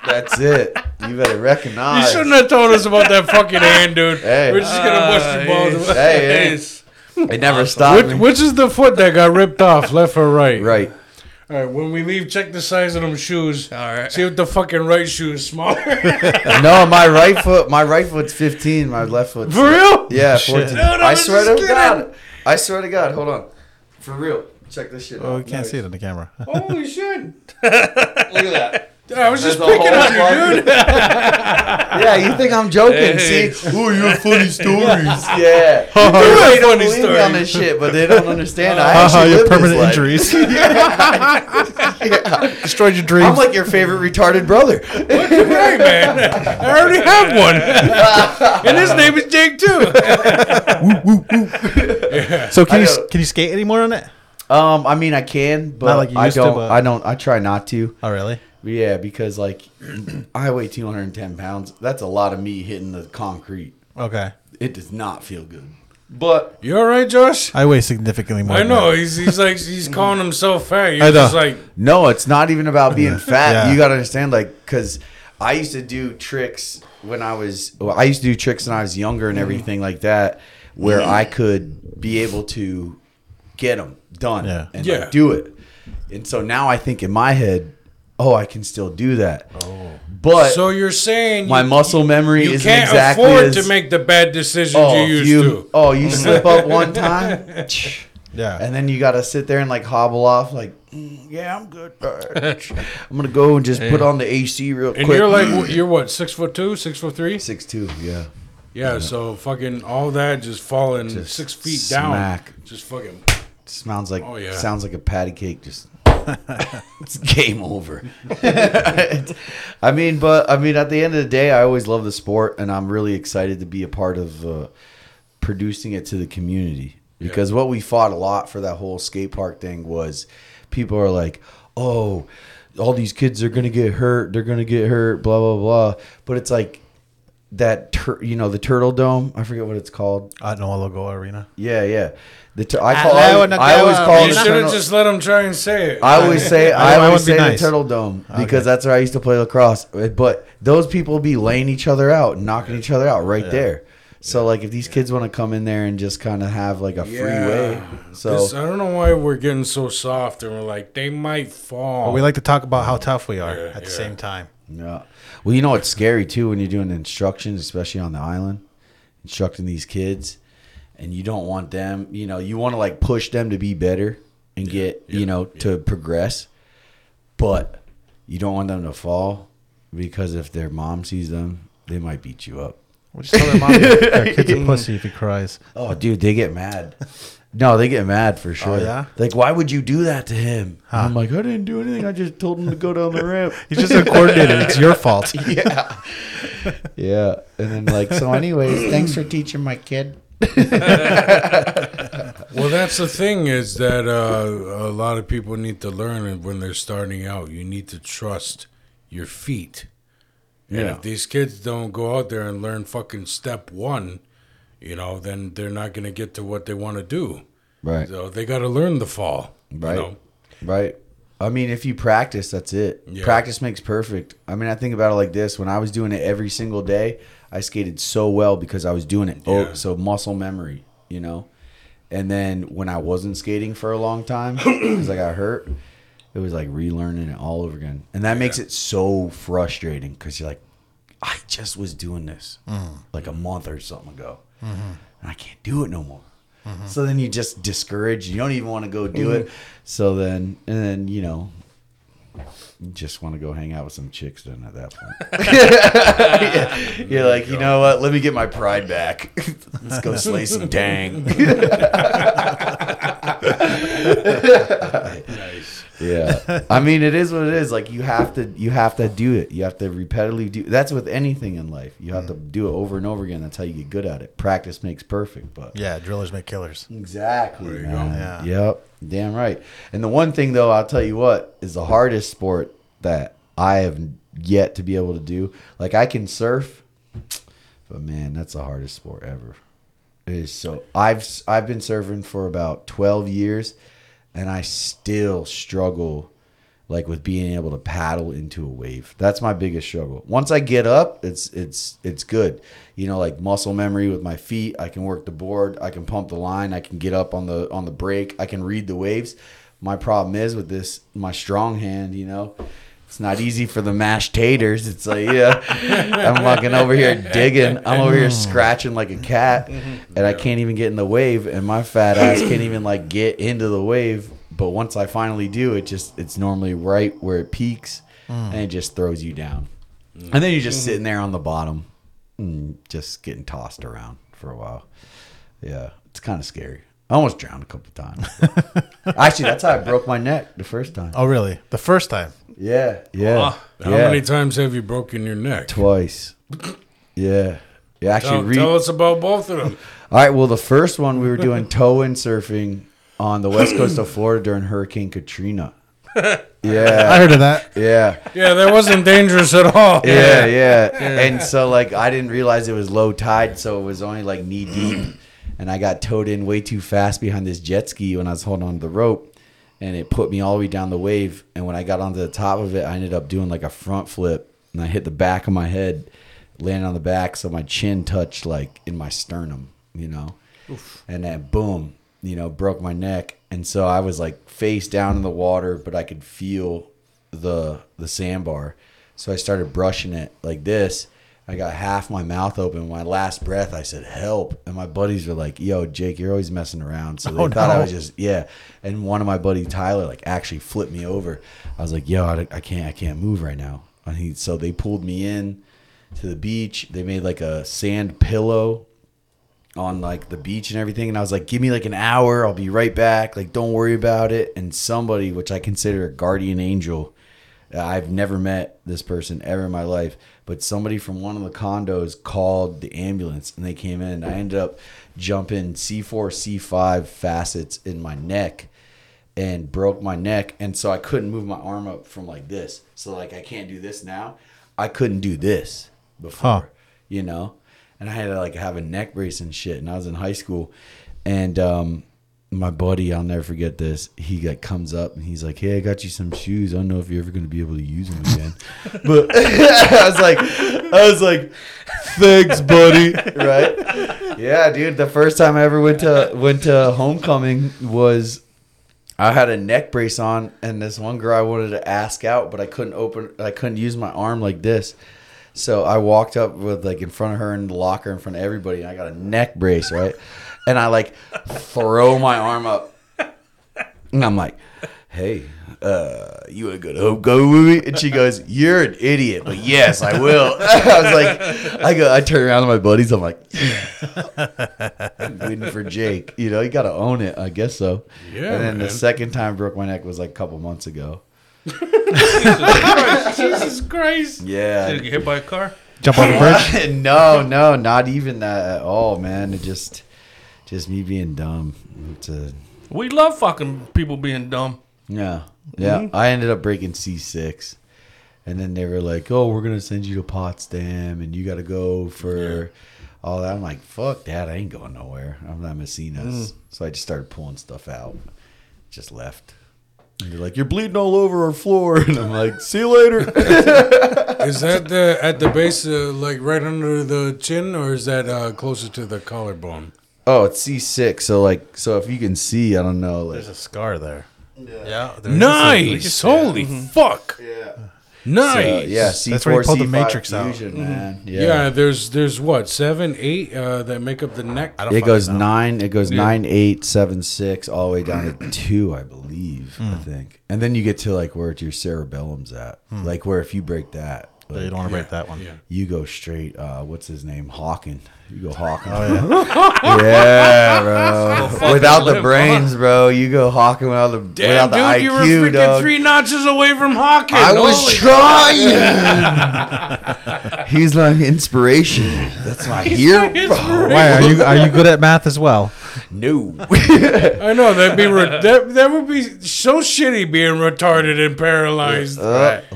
B: That's it. You better
A: You
B: recognize.
A: shouldn't have told us about that fucking hand, dude.
B: Hey.
A: We're just gonna bust your balls.
B: Hey, hey. It never stopped
A: Which,
B: me.
A: which is the foot that got ripped off, left or right?
B: Right.
A: All right. When we leave, check the size of them shoes.
D: All right.
A: See if the fucking right shoe is smaller.
B: No, my right foot. My right foot's 15. My left foot's
A: For real?
B: Yeah, 14.
A: Dude, I
B: I,
A: was
B: swear to
A: just
B: God. I swear to God. Hold on. For real. Check this shit
C: Oh,
B: out.
C: we can't see it on the camera.
A: Holy shit!
B: Look at that.
A: Dude, I was just
B: There's a
A: picking
B: whole
A: on you,
B: fucking-
A: dude.
B: Yeah, you think I'm joking.
D: Hey.
B: See? Ooh, you have funny stories. yeah. You
A: do have funny
B: funny stories. on
A: stories.
B: this shit, but they don't understand. I
C: Haha,
B: actually
C: Uh-huh, your
B: live this
C: permanent
B: life.
C: injuries. Destroyed your
B: I'm
C: dreams.
B: like your favorite retarded brother.
A: Hey man, I already have one, and his name is Jake too.
C: So
B: I
C: can you
B: know.
C: can you skate anymore on it?
B: Um, I mean, I can, but
C: like you
B: I
C: used to,
B: don't.
C: but-
B: I don't. I try not to.
C: Oh really?
B: Yeah, because like I weigh 210 pounds. That's a lot of me hitting the concrete.
C: Okay.
B: It does not feel good. But
A: You all right, Josh?
C: I weigh significantly more.
A: I
C: than
A: know
C: that.
A: he's he's like he's calling himself fat. You're
C: I know.
A: just like
B: no, it's not even about being fat.
C: Yeah.
B: You got to understand, like, because I used to do tricks when I was. Well, I used to do tricks when I was younger
C: Mm-hmm.
B: and everything like that, where
A: Mm-hmm.
B: I could be able to get them done
C: Yeah.
B: and
A: Yeah.
B: Like, do it. And so now I think in my head, oh, I can still do that. Oh, but
A: so. You're saying
B: my
A: you,
B: muscle memory
A: you
B: isn't
A: can't
B: exactly
A: afford
B: as,
A: to make the bad decisions
B: oh,
A: you used
B: you
A: to.
B: oh you slip up one time
C: Yeah.
B: and then you gotta sit there and like hobble off like "Mm, yeah i'm good i'm gonna go and just put on the ac real
A: And
B: quick
A: you're like wh- you're what six foot two, six foot three?
B: six two yeah
A: Yeah. So fucking all that just falling
B: Just
A: six feet
B: smack.
A: down. Just fucking.
B: smells like
A: Oh, yeah.
B: sounds like a patty cake just it's game over i mean but i mean at the end of the day i always love the sport and i'm really excited to be a part of uh, producing it to the community because what we fought a lot for that whole skate park thing was people are like oh all these kids are gonna get hurt they're gonna get hurt blah blah blah but it's like that tur- you know the turtle dome i forget what it's called
C: I know Logo Arena.
B: yeah yeah the tur- I, call, I,
C: Hello,
B: always- I always
C: Nutella.
B: call
A: um, You
B: it
A: should have
B: turtle-
A: just let him try and say it.
B: I always say I,
C: I wanna
B: always
C: be
B: say
C: nice.
B: the Turtle Dome because that's where I used to play lacrosse. Uh, But those people be laying each other out, and knocking each other out right there. So like, if these kids want to come in there and just kind of have like a free way, so
A: This- I don't know why we're getting so soft and we're like they might fall.
C: But we like to talk about how tough we are
A: Yeah,
C: at the
A: yeah.
C: same time.
B: yeah. Well, you know what's scary too when you're doing instructions, especially on the island, instructing these kids, and you don't want them. You know, you want to like push them to be better and get you know to progress, but you don't want them to fall because if their mom sees them, they might beat you up.
C: We'll just tell their mom our kid's a pussy if he cries.
B: Oh, dude, they get mad. No, they get mad for sure.
C: yeah?
B: Like, why would you do that to him? I'm like, I didn't do anything. I just told him to go down the ramp.
C: He's just uncoordinated. It's your fault.
B: yeah. And then, like, so, anyways, thanks for teaching my kid.
A: Well, that's the thing is that uh, a lot of people need to learn it when they're starting out. You need to trust your feet. And
B: Yeah.
A: if these kids don't go out there and learn fucking step one, you know, then they're not going to get to what they want to do.
B: Right.
A: So they got to learn the fall. you
B: Right.
A: know?
B: Right. I mean, if you practice, that's it.
A: Yeah.
B: Practice makes perfect. I mean, I think about it like this: when I was doing it every single day, I skated so well because I was doing it.
A: Yeah.
B: Oh, so muscle memory, you know. And then when I wasn't skating for a long time because I got hurt, it was like relearning it all over again, and that makes it so frustrating because you're like, I just was doing this
A: Mm.
B: like a month or something ago,
A: Mm-hmm.
B: and I can't do it no more. So then you just discourage. You don't even want to go do it. So then, and then you know, you just want to go hang out with some chicks. Then at that point, you're like, you know what? Let me get my pride back. Let's go slay some dang. Yeah, I mean, it is what it is. Like you have to, you have to do it. You have to repetitively do. That's with anything in life. You have to do it over and over again. That's how you get good at it. Practice makes perfect. But
C: Yeah, drillers make killers.
B: Exactly.
A: you
B: man.
C: go.
B: Yep. Damn right. And the one thing though, I'll tell you what is the hardest sport that I have yet to be able to do. Like I can surf, but man, that's the hardest sport ever. It is so I've I've been surfing for about 12 years and I still struggle like with being able to paddle into a wave. That's my biggest struggle. Once I get up, it's it's it's good. You know, like muscle memory with my feet, I can work the board, I can pump the line, I can get up on the on the break, I can read the waves. My problem is with this my strong hand, you know. It's not easy for the mashed taters. It's like, yeah, I'm fucking over here digging. I'm over here scratching like a cat, and I can't even get in the wave, and my fat ass can't even like get into the wave. But once I finally do, it just it's normally right where it peaks, and it just throws you down, and then you're just sitting there on the bottom, mm, just getting tossed around for a while. Yeah, it's kind of scary. I almost drowned a couple times. Actually, that's how I broke my neck the first time.
C: Oh, really? The first time.
B: Yeah, yeah.
A: How
B: yeah.
A: many times have you broken your neck?
B: Twice. Yeah. Yeah, actually,
A: Tell,
B: re-
A: tell us about both of them.
B: All right. Well, the first one we were doing tow and surfing on the west coast of Florida during Hurricane Katrina.
C: I
B: Yeah.
C: heard of that.
B: Yeah.
A: Yeah, that wasn't dangerous at all.
B: yeah, yeah. And so like I didn't realize it was low tide, so it was only like knee deep. And I got towed in way too fast behind this jet ski when I was holding onto the rope, and it put me all the way down the wave. And when I got onto the top of it, I ended up doing like a front flip, and I hit the back of my head, landed on the back, so my chin touched like in my sternum, you know. And then boom, you know, broke my neck. And so I was like face down in the water, but I could feel the the sandbar. So I started brushing it like this. I got half my mouth open. My last breath, I said, "Help!" And my buddies were like, "Yo, Jake, you're always messing around." So they
C: Oh,
B: thought I
C: no.
B: was just yeah. And one of my buddy Tyler like actually flipped me over. I was like, "Yo, I, I can't, I can't move right now." And he, so they pulled me in to the beach. They made like a sand pillow on like the beach and everything and I was like give me like an hour I'll be right back like don't worry about it and somebody which I consider a guardian angel uh, I've never met this person ever in my life but somebody from one of the condos called the ambulance and they came in I ended up jumping C4 C5 facets in my neck and broke my neck and so I couldn't move my arm up from like this so like I can't do this now I couldn't do this before
C: Huh.
B: you know and i had to like have a neck brace and shit and i was in high school and um my buddy i'll never forget this he like comes up and he's like hey i got you some shoes i don't know if you're ever going to be able to use them again but i was like i was like thanks buddy right yeah dude the first time i ever went to went to homecoming was I had a neck brace on, and this one girl I wanted to ask out, but I couldn't open. I couldn't use my arm like this, so I walked up with like in front of her in the locker, in front of everybody, and I got a neck brace, right? and I like throw my arm up, and I'm like, "Hey, uh, you wanna go to Hope Go with me?" And she goes, "You're an idiot, but yes, I will." I was like, I go, I turn around to my buddies, I'm like, I'm waiting for Jake. You know, you got to own it. I guess so.
A: Yeah,
B: And then
A: man.
B: the second time broke my neck was like a couple months ago.
A: Jesus Christ.
B: Yeah.
D: Did you get hit by a car?
C: Jump on the bridge.
B: no, no, not even that at all, man. It just, just me being dumb. It's a,
D: We love fucking people being dumb.
B: yeah,
C: Mm-hmm.
B: yeah. I ended up breaking C six, and then they were like, "Oh, we're gonna send you to Potsdam, and you got to go for." All that I'm like, fuck that! I ain't going nowhere. I'm not Messina's,
C: Mm-hmm.
B: so I just started pulling stuff out, just left. And they're like, "You're bleeding all over our floor," and I'm like, "See you later."
A: Is that the at the base, uh, like right under the chin, or is that uh, closer to the collarbone?
B: Oh, it's C six. So like, so if you can see, I don't know. Like,
C: There's a scar there.
D: Yeah.
A: Nice. Holy fuck. Yeah. Nice.
B: uh, yeah, C
C: where
B: four,
C: he pulled the
B: C five
C: matrix out. Mm-hmm.
B: fusion, man. Yeah,
A: Yeah. there's there's what seven, eight uh, that make up the neck.
C: I don't
B: it
C: fucking
B: goes
C: know.
B: nine. It goes nine, eight, seven, six, all the way down to two, I believe. I think, and then you get to like where your cerebellum's at, like where if you break that,
C: But
B: like,
C: you don't want to break that one.
A: Yeah.
B: you go straight. Uh, what's his name? Hawking. You go Hawking. yeah. yeah, bro.
D: fucking
B: Without the
D: live,
B: brains, bro. You go Hawking without the
A: Damn,
B: without the
A: dude,
B: IQ,
A: you were freaking
B: dog.
A: three notches away from Hawking.
B: I was
A: Holy-
B: trying. He's my inspiration. That's my hero.
C: Why are you are you good at math as well?
B: No.
A: I know that'd be re- that, that would be so shitty being retarded and paralyzed. It's like
B: Uh,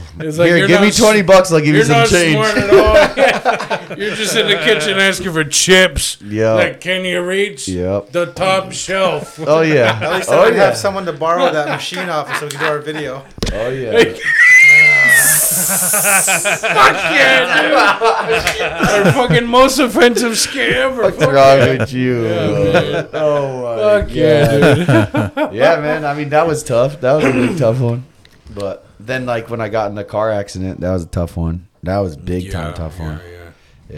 B: Here,
A: you're
B: give
A: not
B: me
A: s-
B: twenty bucks. I'll give you
A: You're
B: some
A: not
B: change.
A: smart at all. Yeah. You're just in the kitchen asking for chips.
B: Yeah.
A: Like, can you reach
B: Yep.
A: the top shelf?
B: Oh yeah.
C: At least I
B: oh,
C: would
B: yeah.
C: have someone to borrow that machine off us so we can do our video.
B: oh yeah.
A: yeah, dude. Our fucking most offensive scam. Or
B: What's wrong with you?
A: man.
B: oh my
A: Fuck yeah,
B: God.
A: dude.
B: Yeah, man. I mean, that was tough. That was a really tough one. But then, like when I got in the car accident, that was a tough one. That was big time tough
A: yeah,
B: one.
A: yeah.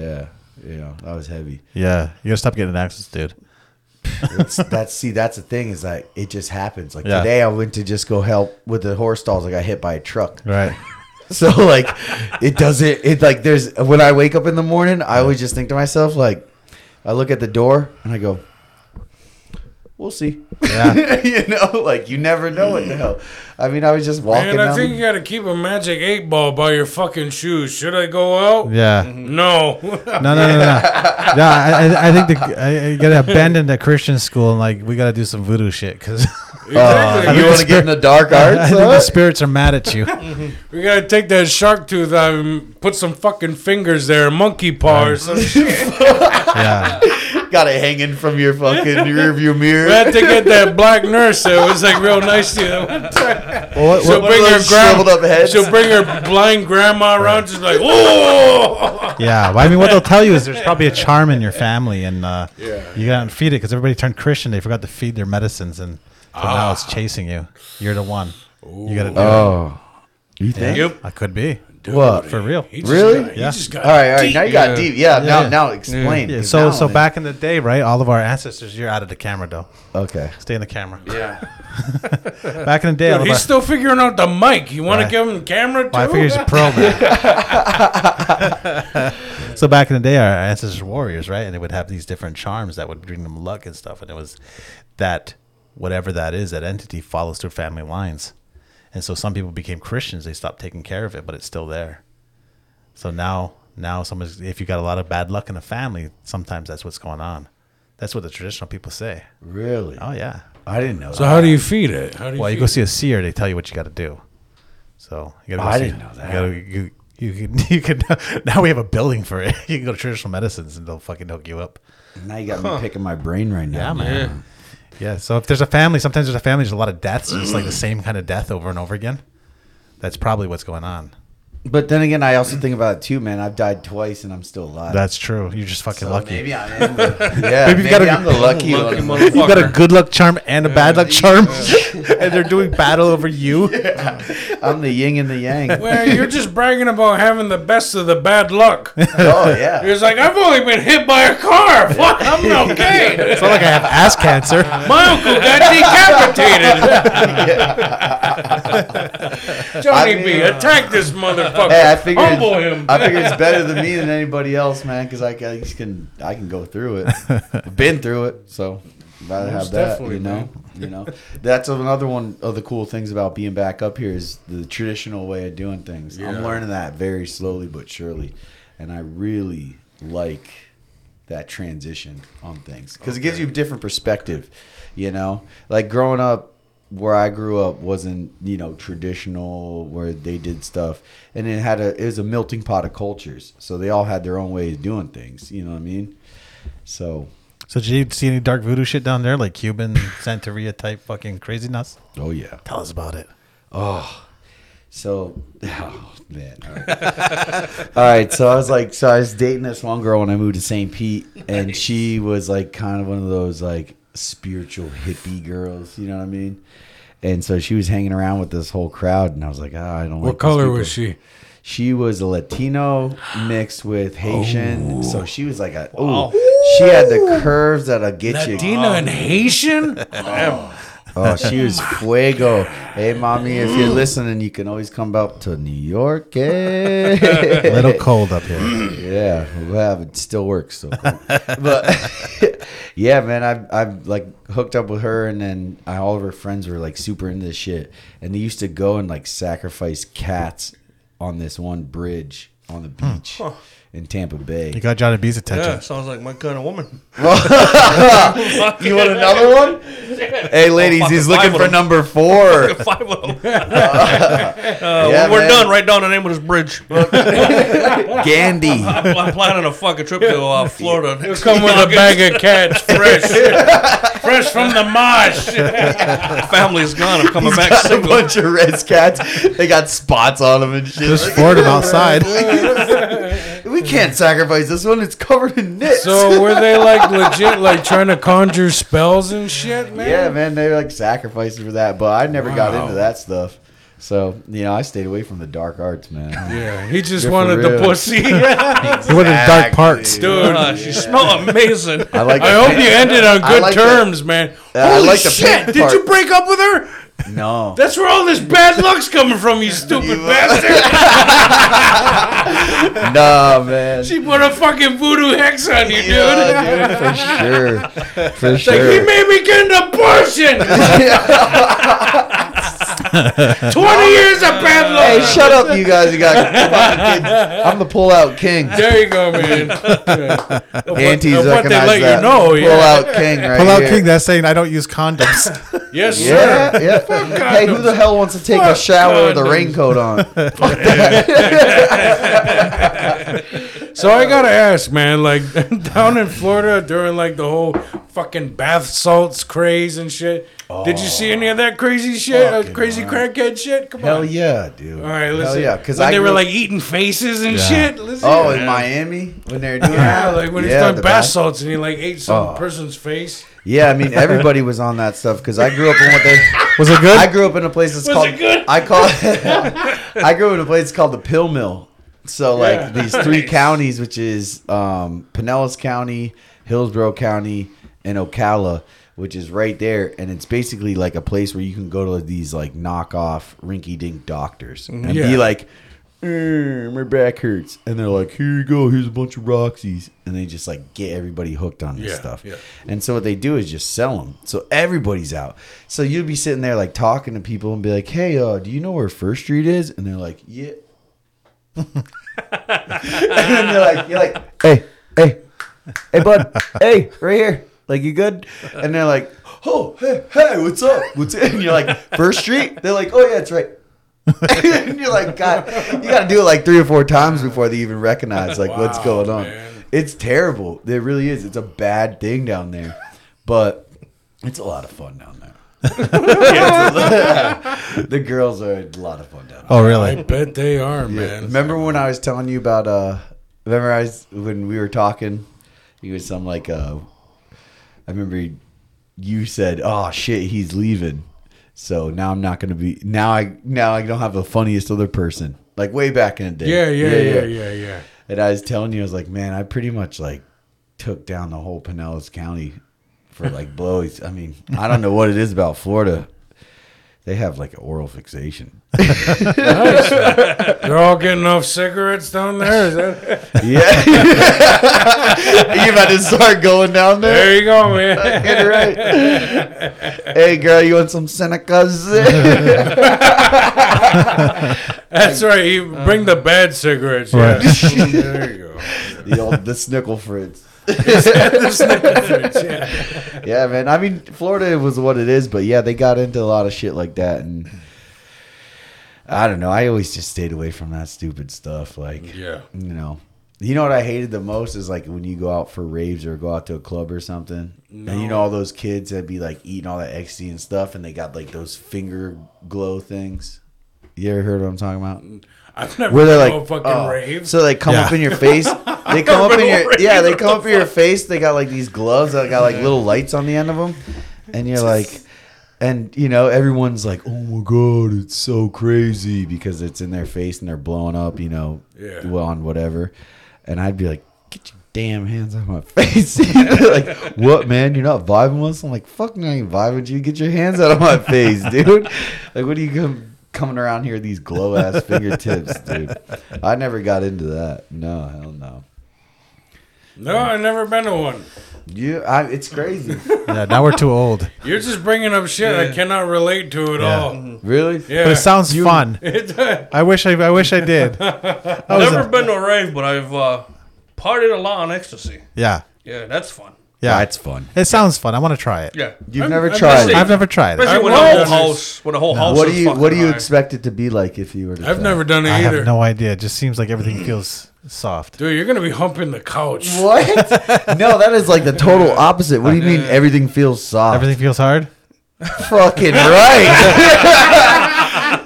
B: Yeah. Yeah. That was heavy.
C: Yeah, you gotta stop getting access, dude.
B: It's, that's see, that's the thing is like it just happens. Like
C: Yeah.
B: today, I went to just go help with the horse stalls. I got hit by a truck.
C: Right.
B: So like, it doesn't. It like there's when I wake up in the morning, I always just think to myself like, I look at the door and I go, we'll see.
C: Yeah.
B: you know, like you never know what the hell. I mean, I was just walking
A: And I
B: down.
A: think you got to keep a magic eight ball by your fucking shoes. Should I go out?
C: Yeah.
A: No.
C: No, no, no, no. No, I, I- I think the, I, I gotta abandon the Christian school and like we gotta do some voodoo shit because
A: Exactly.
B: you
A: You-
B: want to get in the dark
C: I
B: arts?
C: think the
B: huh?
C: spirits are mad at you.
A: we gotta take that shark tooth out and put some fucking fingers there, monkey paw or some shit.
C: Yeah.
B: Got it hanging from your fucking rearview mirror.
A: We had to get that black nurse that was like real nice to you. that one time.
C: Well, what-
A: She'll
C: what-
B: one of
A: bring her
B: those shriveled up
A: grandma.
B: heads.
A: She'll bring her blind grandma around. She's like, oh.
C: yeah. Well, I mean, what they'll tell you is there's probably a charm in your family, and uh, you gotta feed it because everybody turned Christian. They forgot to feed their medicines, and so now
A: Ah.
C: it's chasing you. You're the one. You gotta do
B: Oh, you think?
D: Yep.
C: it. I could be
B: What?
C: for real.
A: He just
B: Really?
A: Got,
C: Yeah.
A: He just got
B: all right, all right. Now you got
A: Yeah.
B: deep. Yeah.
C: Yeah.
B: Now, now explain.
C: Yeah,
B: 'cause
C: so
B: now
C: so
B: I'm in-
C: back in the day, right? All of our ancestors. You're out of the camera though.
B: Okay.
C: Stay in the camera. Yeah. back in the day, all
A: Dude,
C: of
A: he's
C: our-
A: still figuring out the mic. You want
C: Right.
A: to give him camera too?
C: Well, I figure he's a pro man. so back in the day, our ancestors were warriors, right? And they would have these different charms that would bring them luck and stuff. And it was that whatever that is, that entity follows through family lines. And so some people became Christians; they stopped taking care of it, but it's still there. So now, now someone's if you got a lot of bad luck in the family, sometimes that's what's going on. That's what the traditional people say.
B: Really?
C: Oh yeah.
B: I didn't know.
A: so how do you feed it? How do you
C: Well, you
A: feed
C: go
A: it?
C: see a seer, they tell you what you got to do. So you got
B: Oh,
C: to. go
B: I
C: see-
B: didn't know that.
C: You, gotta, you, you can you can now we have a building for it. You can go to traditional medicines and they'll fucking hook you up.
B: now you got me picking my brain right now.
C: man. Yeah. So if there's a family, sometimes there's a family. There's a lot of deaths. It's like the same kind of death over and over again. That's probably what's going on.
B: But then again, I also think about it too, man. I've died twice and I'm still alive.
C: That's true. You're just fucking
B: So
C: lucky.
B: Maybe I am. The, yeah, maybe,
C: Maybe you gotta-
B: I'm the lucky
D: Lucky
B: one.
D: motherfucker.
C: you got a good luck charm and a bad luck charm, and they're doing battle over you.
B: I'm the yin and the yang.
A: Well, you're just bragging about having the best of the bad luck.
B: oh yeah.
A: You're like, I've only been hit by a car. Fuck, I'm okay.
C: It's not like I have ass cancer.
A: My uncle got decapitated. Johnny
B: I mean-
A: B, attack
C: uh,
A: this motherfucker.
B: Hey, I figured
A: Humble him.
B: I figure it's better than me than anybody else, man, because I can, I just can I can go through it. Been through it, so rather have
A: Most
B: that.
A: definitely,
B: You know,
A: man.
B: you know. That's another one of the cool things about being back up here is the traditional way of doing things. I'm
A: Yeah.
B: learning that very slowly but surely, and I really like that transition on things because it gives you a different perspective. You know, like growing up where I grew up wasn't you know traditional where they did stuff, and it had a it was a melting pot of cultures, so they all had their own ways of doing things. You know what I mean? So
C: So did you see any dark voodoo shit down there, like Cuban Santeria type fucking craziness?
B: oh yeah. Oh,
C: Tell us about it.
B: So, oh man. All right. All right. So I was like, so I was dating this one girl when I moved to St. Pete, and she was like kind of one of those like spiritual hippie girls. You know what I mean? And so she was hanging around with this whole crowd, and I was like, ah, I don't.
A: What
B: like these
A: color
B: people."
A: was she?
B: She was a Latino mixed with Haitian,
A: Oh.
B: so she was like a. Oh, she had the curves that'll get you.
A: Latina and Haitian?
B: Oh, she was fuego. Hey, mommy, if you're listening, you can always come out to New York. eh?
C: A little cold up here.
B: Yeah, we'll have it still works. So, cool. but yeah, man, I've I've like hooked up with her, and then I, all of her friends were like super into this shit, and they used to go and like sacrifice cats on this one bridge on the beach in Tampa
C: You
B: Bay.
C: got Johnny B's attention.
D: Yeah, sounds like my kind of woman.
B: You want another one? Hey, ladies,
D: fucking
B: he's
D: five
B: looking
D: of
B: for
D: them.
B: number four.
D: Five of them.
B: Uh,
D: We're done. Write down the name of this bridge.
B: Gandhi.
D: I'm planning a fucking trip to uh, Florida.
A: He'll come with a bag of cats, fresh. fresh from the marsh.
D: Family's gone. I'm coming back
B: Got a
D: single.
B: bunch of res cats. They got spots on them and shit.
C: There's four of them outside.
B: we can't sacrifice this one. It's covered in nits.
A: So were they like legit, like trying to conjure spells and shit, man?
B: Yeah, man, they were like sacrificing for that, but I never got into that stuff. So you know, I stayed away from the dark arts, man.
A: Yeah, he just
B: You're for
A: wanted the
B: real.
A: pussy.
C: You went to the dark parts.
B: Exactly.
A: Dude,
D: Uh, she smell amazing.
B: I like.
A: I
B: the
A: hope
B: pink-
A: you ended on
B: I
A: good
B: like the-
A: terms, man.
B: I
A: Holy
B: like the
A: shit!
B: pink
A: Did you
B: part.
A: break up with her?
B: No.
A: That's where all this bad luck's coming from, you stupid
D: uh,
A: bastard.
B: no, man.
A: She put a fucking voodoo hex on you, dude.
B: Yeah, dude, for sure. For
A: Like, he
B: sure.
A: made me get an abortion. 20 years of bad luck.
B: Hey, shut up, you guys. You got fucking kids. I'm the pull-out king.
A: There you go, man. Yeah.
B: Anti
A: But- but they
B: recognize
A: let
B: that.
A: you know, yeah.
B: Pull-out king, right
C: Pull out
B: here.
C: King. That's saying I don't use condoms.
A: Yes, sir.
B: Yeah, yeah. hey, who the hell wants to take a
A: Fuck
B: shower with a
A: condoms.
B: raincoat on?
A: So I gotta ask, man, like down in Florida during like the whole fucking bath salts craze and shit. Did you see any of that crazy shit? Uh,
C: fucking
A: crazy crackhead shit? Come
B: hell
A: on.
B: yeah, dude.
A: All right, listen.
B: yeah, 'cause
A: When
B: I
A: they were
B: grew-
A: like eating faces and
C: Yeah.
A: shit. Listen.
B: Oh, in Miami when they're doing
A: Yeah,
B: that?
A: like when he's
B: Yeah,
A: done
B: the
A: bath,
B: bath-
A: salts and he like ate some
B: Oh.
A: person's face.
B: Yeah, I mean everybody was on that stuff because I grew up in what they.
C: Was it good?
B: I grew up in a place that's
A: Was
B: called.
A: it good?
B: I call. I grew up in a place called the Pill Mill. So like
A: Yeah.
B: these three counties, which is um, Pinellas County, Hillsborough County, and Ocala, which is right there, and it's basically like a place where you can go to these like knockoff rinky-dink doctors and
A: Mm-hmm. Yeah.
B: be like. "Eh, My back hurts, and they're like, "Here you go. Here's a bunch of Roxy's," and they just like get everybody hooked on this
A: Yeah,
B: stuff.
A: yeah.
B: And so what they do is just sell them. So everybody's out. So you'd be sitting there like talking to people and be like, "Hey, uh, do you know where First Street is?" And they're like, "Yeah." and then they're like, "You're like, hey, hey, hey, bud, hey, right here. Like, you good?" And they're like, "Oh, hey, hey, what's up? What's?" Up? And you're like, First Street?" They're like, "Oh yeah, it's right." and you're like, God, you got to do it like three or four times before they even recognize like what's
A: Wow,
B: going on.
A: man.
B: It's terrible. It really is. It's a bad thing down there, but it's a lot of fun down there. the girls are a lot of fun down there.
C: oh,
A: I
C: really?
A: bet they are, man.
B: Remember when I was telling you about? uh Remember I was, when we were talking? It was some like. uh I remember you said, "Oh shit, he's leaving." So now I'm not gonna be now. I now I don't have the funniest other person like way back in the day.
A: Yeah, yeah, yeah, yeah, yeah.
B: And I was telling you, I was like, man, I pretty much like took down the whole Pinellas County for like blowies. I mean, I don't know what it is about Florida. They have like an oral fixation.
A: They're all getting off cigarettes down there. Is that?
B: Yeah. you about to start going down there?
A: There you go, man.
B: You're right. hey, girl, you want some Senecas?
A: That's right. You bring the bad cigarettes. Yeah. there you go.
B: the old, the Snickle Fritz.
A: Yeah.
B: Yeah, man. I mean, Florida was what it is, but yeah, they got into a lot of shit like that, and I don't know. I always just stayed away from that stupid stuff. Like,
A: Yeah.
B: you know, you know what I hated the most is like when you go out for raves or go out to a club or something, and you know all those kids that be like eating all that ecstasy and stuff, and they got like those finger glow things. You ever heard what I'm talking about?
A: I've never
B: Where
A: been
B: they're
A: to
B: like,
A: a fucking
B: oh.
A: rave.
B: so they come up in your face. They come up in your yeah. They come up in your face. They got like these gloves that got like little lights on the end of them, and you're like, and you know everyone's like, oh my god, it's so crazy because it's in their face and they're blowing up, you know,
A: Yeah.
B: well on whatever. And I'd be like, get your damn hands off my face! They're like, what man? You're not vibing with us? I'm like, fuck, no, I ain't vibing with you. Get your hands out of my face, dude. Like, what are you com- coming around here with these glow ass fingertips, dude? I never got into that. No, hell no.
A: no, I've never been to one.
B: You, I, it's crazy.
C: Yeah, now we're too old.
A: You're just bringing up shit I cannot relate to at
C: Yeah.
B: Mm-hmm.
A: all.
B: really?
A: Yeah.
C: But it sounds fun. I wish I, I wish I did. I was a-
D: Never been to a rave, but I've uh, partied a lot on ecstasy.
C: yeah,
D: Yeah, that's fun.
C: yeah.
B: That's fun.
C: it sounds fun. I want to try it.
D: Yeah.
B: You've
A: I'm-
B: never
A: I'm
B: tried.
A: listening.
B: it.
C: I've never tried it.
A: I
D: Especially when
A: will.
D: the whole house, when the whole house
B: What do
D: is
B: you
D: fucking
B: What do you
D: high.
B: expect it to be like if you were? To
A: I've
B: try?
A: never done it
C: I
A: either.
C: have no idea. It just seems like everything feels soft.
A: Dude, you're gonna be humping the couch.
B: What? no, that is like the total opposite. What do you mean? Everything feels soft.
C: Everything feels hard.
B: fucking right,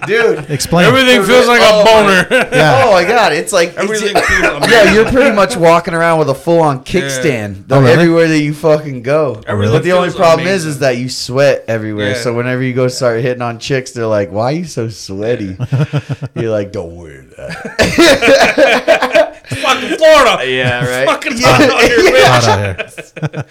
B: dude.
C: Explain.
A: Everything feels like a
B: Oh, my-
A: boner.
C: Yeah.
B: Oh my god, it's like it's-
D: Everything feels amazing.
B: yeah, you're pretty much walking around with a full-on kickstand though,
C: Oh, really? Oh,
B: everywhere that you fucking go.
D: Everything
B: But the only
D: feels
B: problem is,
D: amazing.
B: is that you sweat everywhere.
D: Yeah.
B: So whenever you go start hitting on chicks, they're like, "Why are you so sweaty?" you're like, "Don't worry." About it.
D: fucking Florida.
E: Yeah, right.
D: Fucking hot out here, man.
C: Hot out here.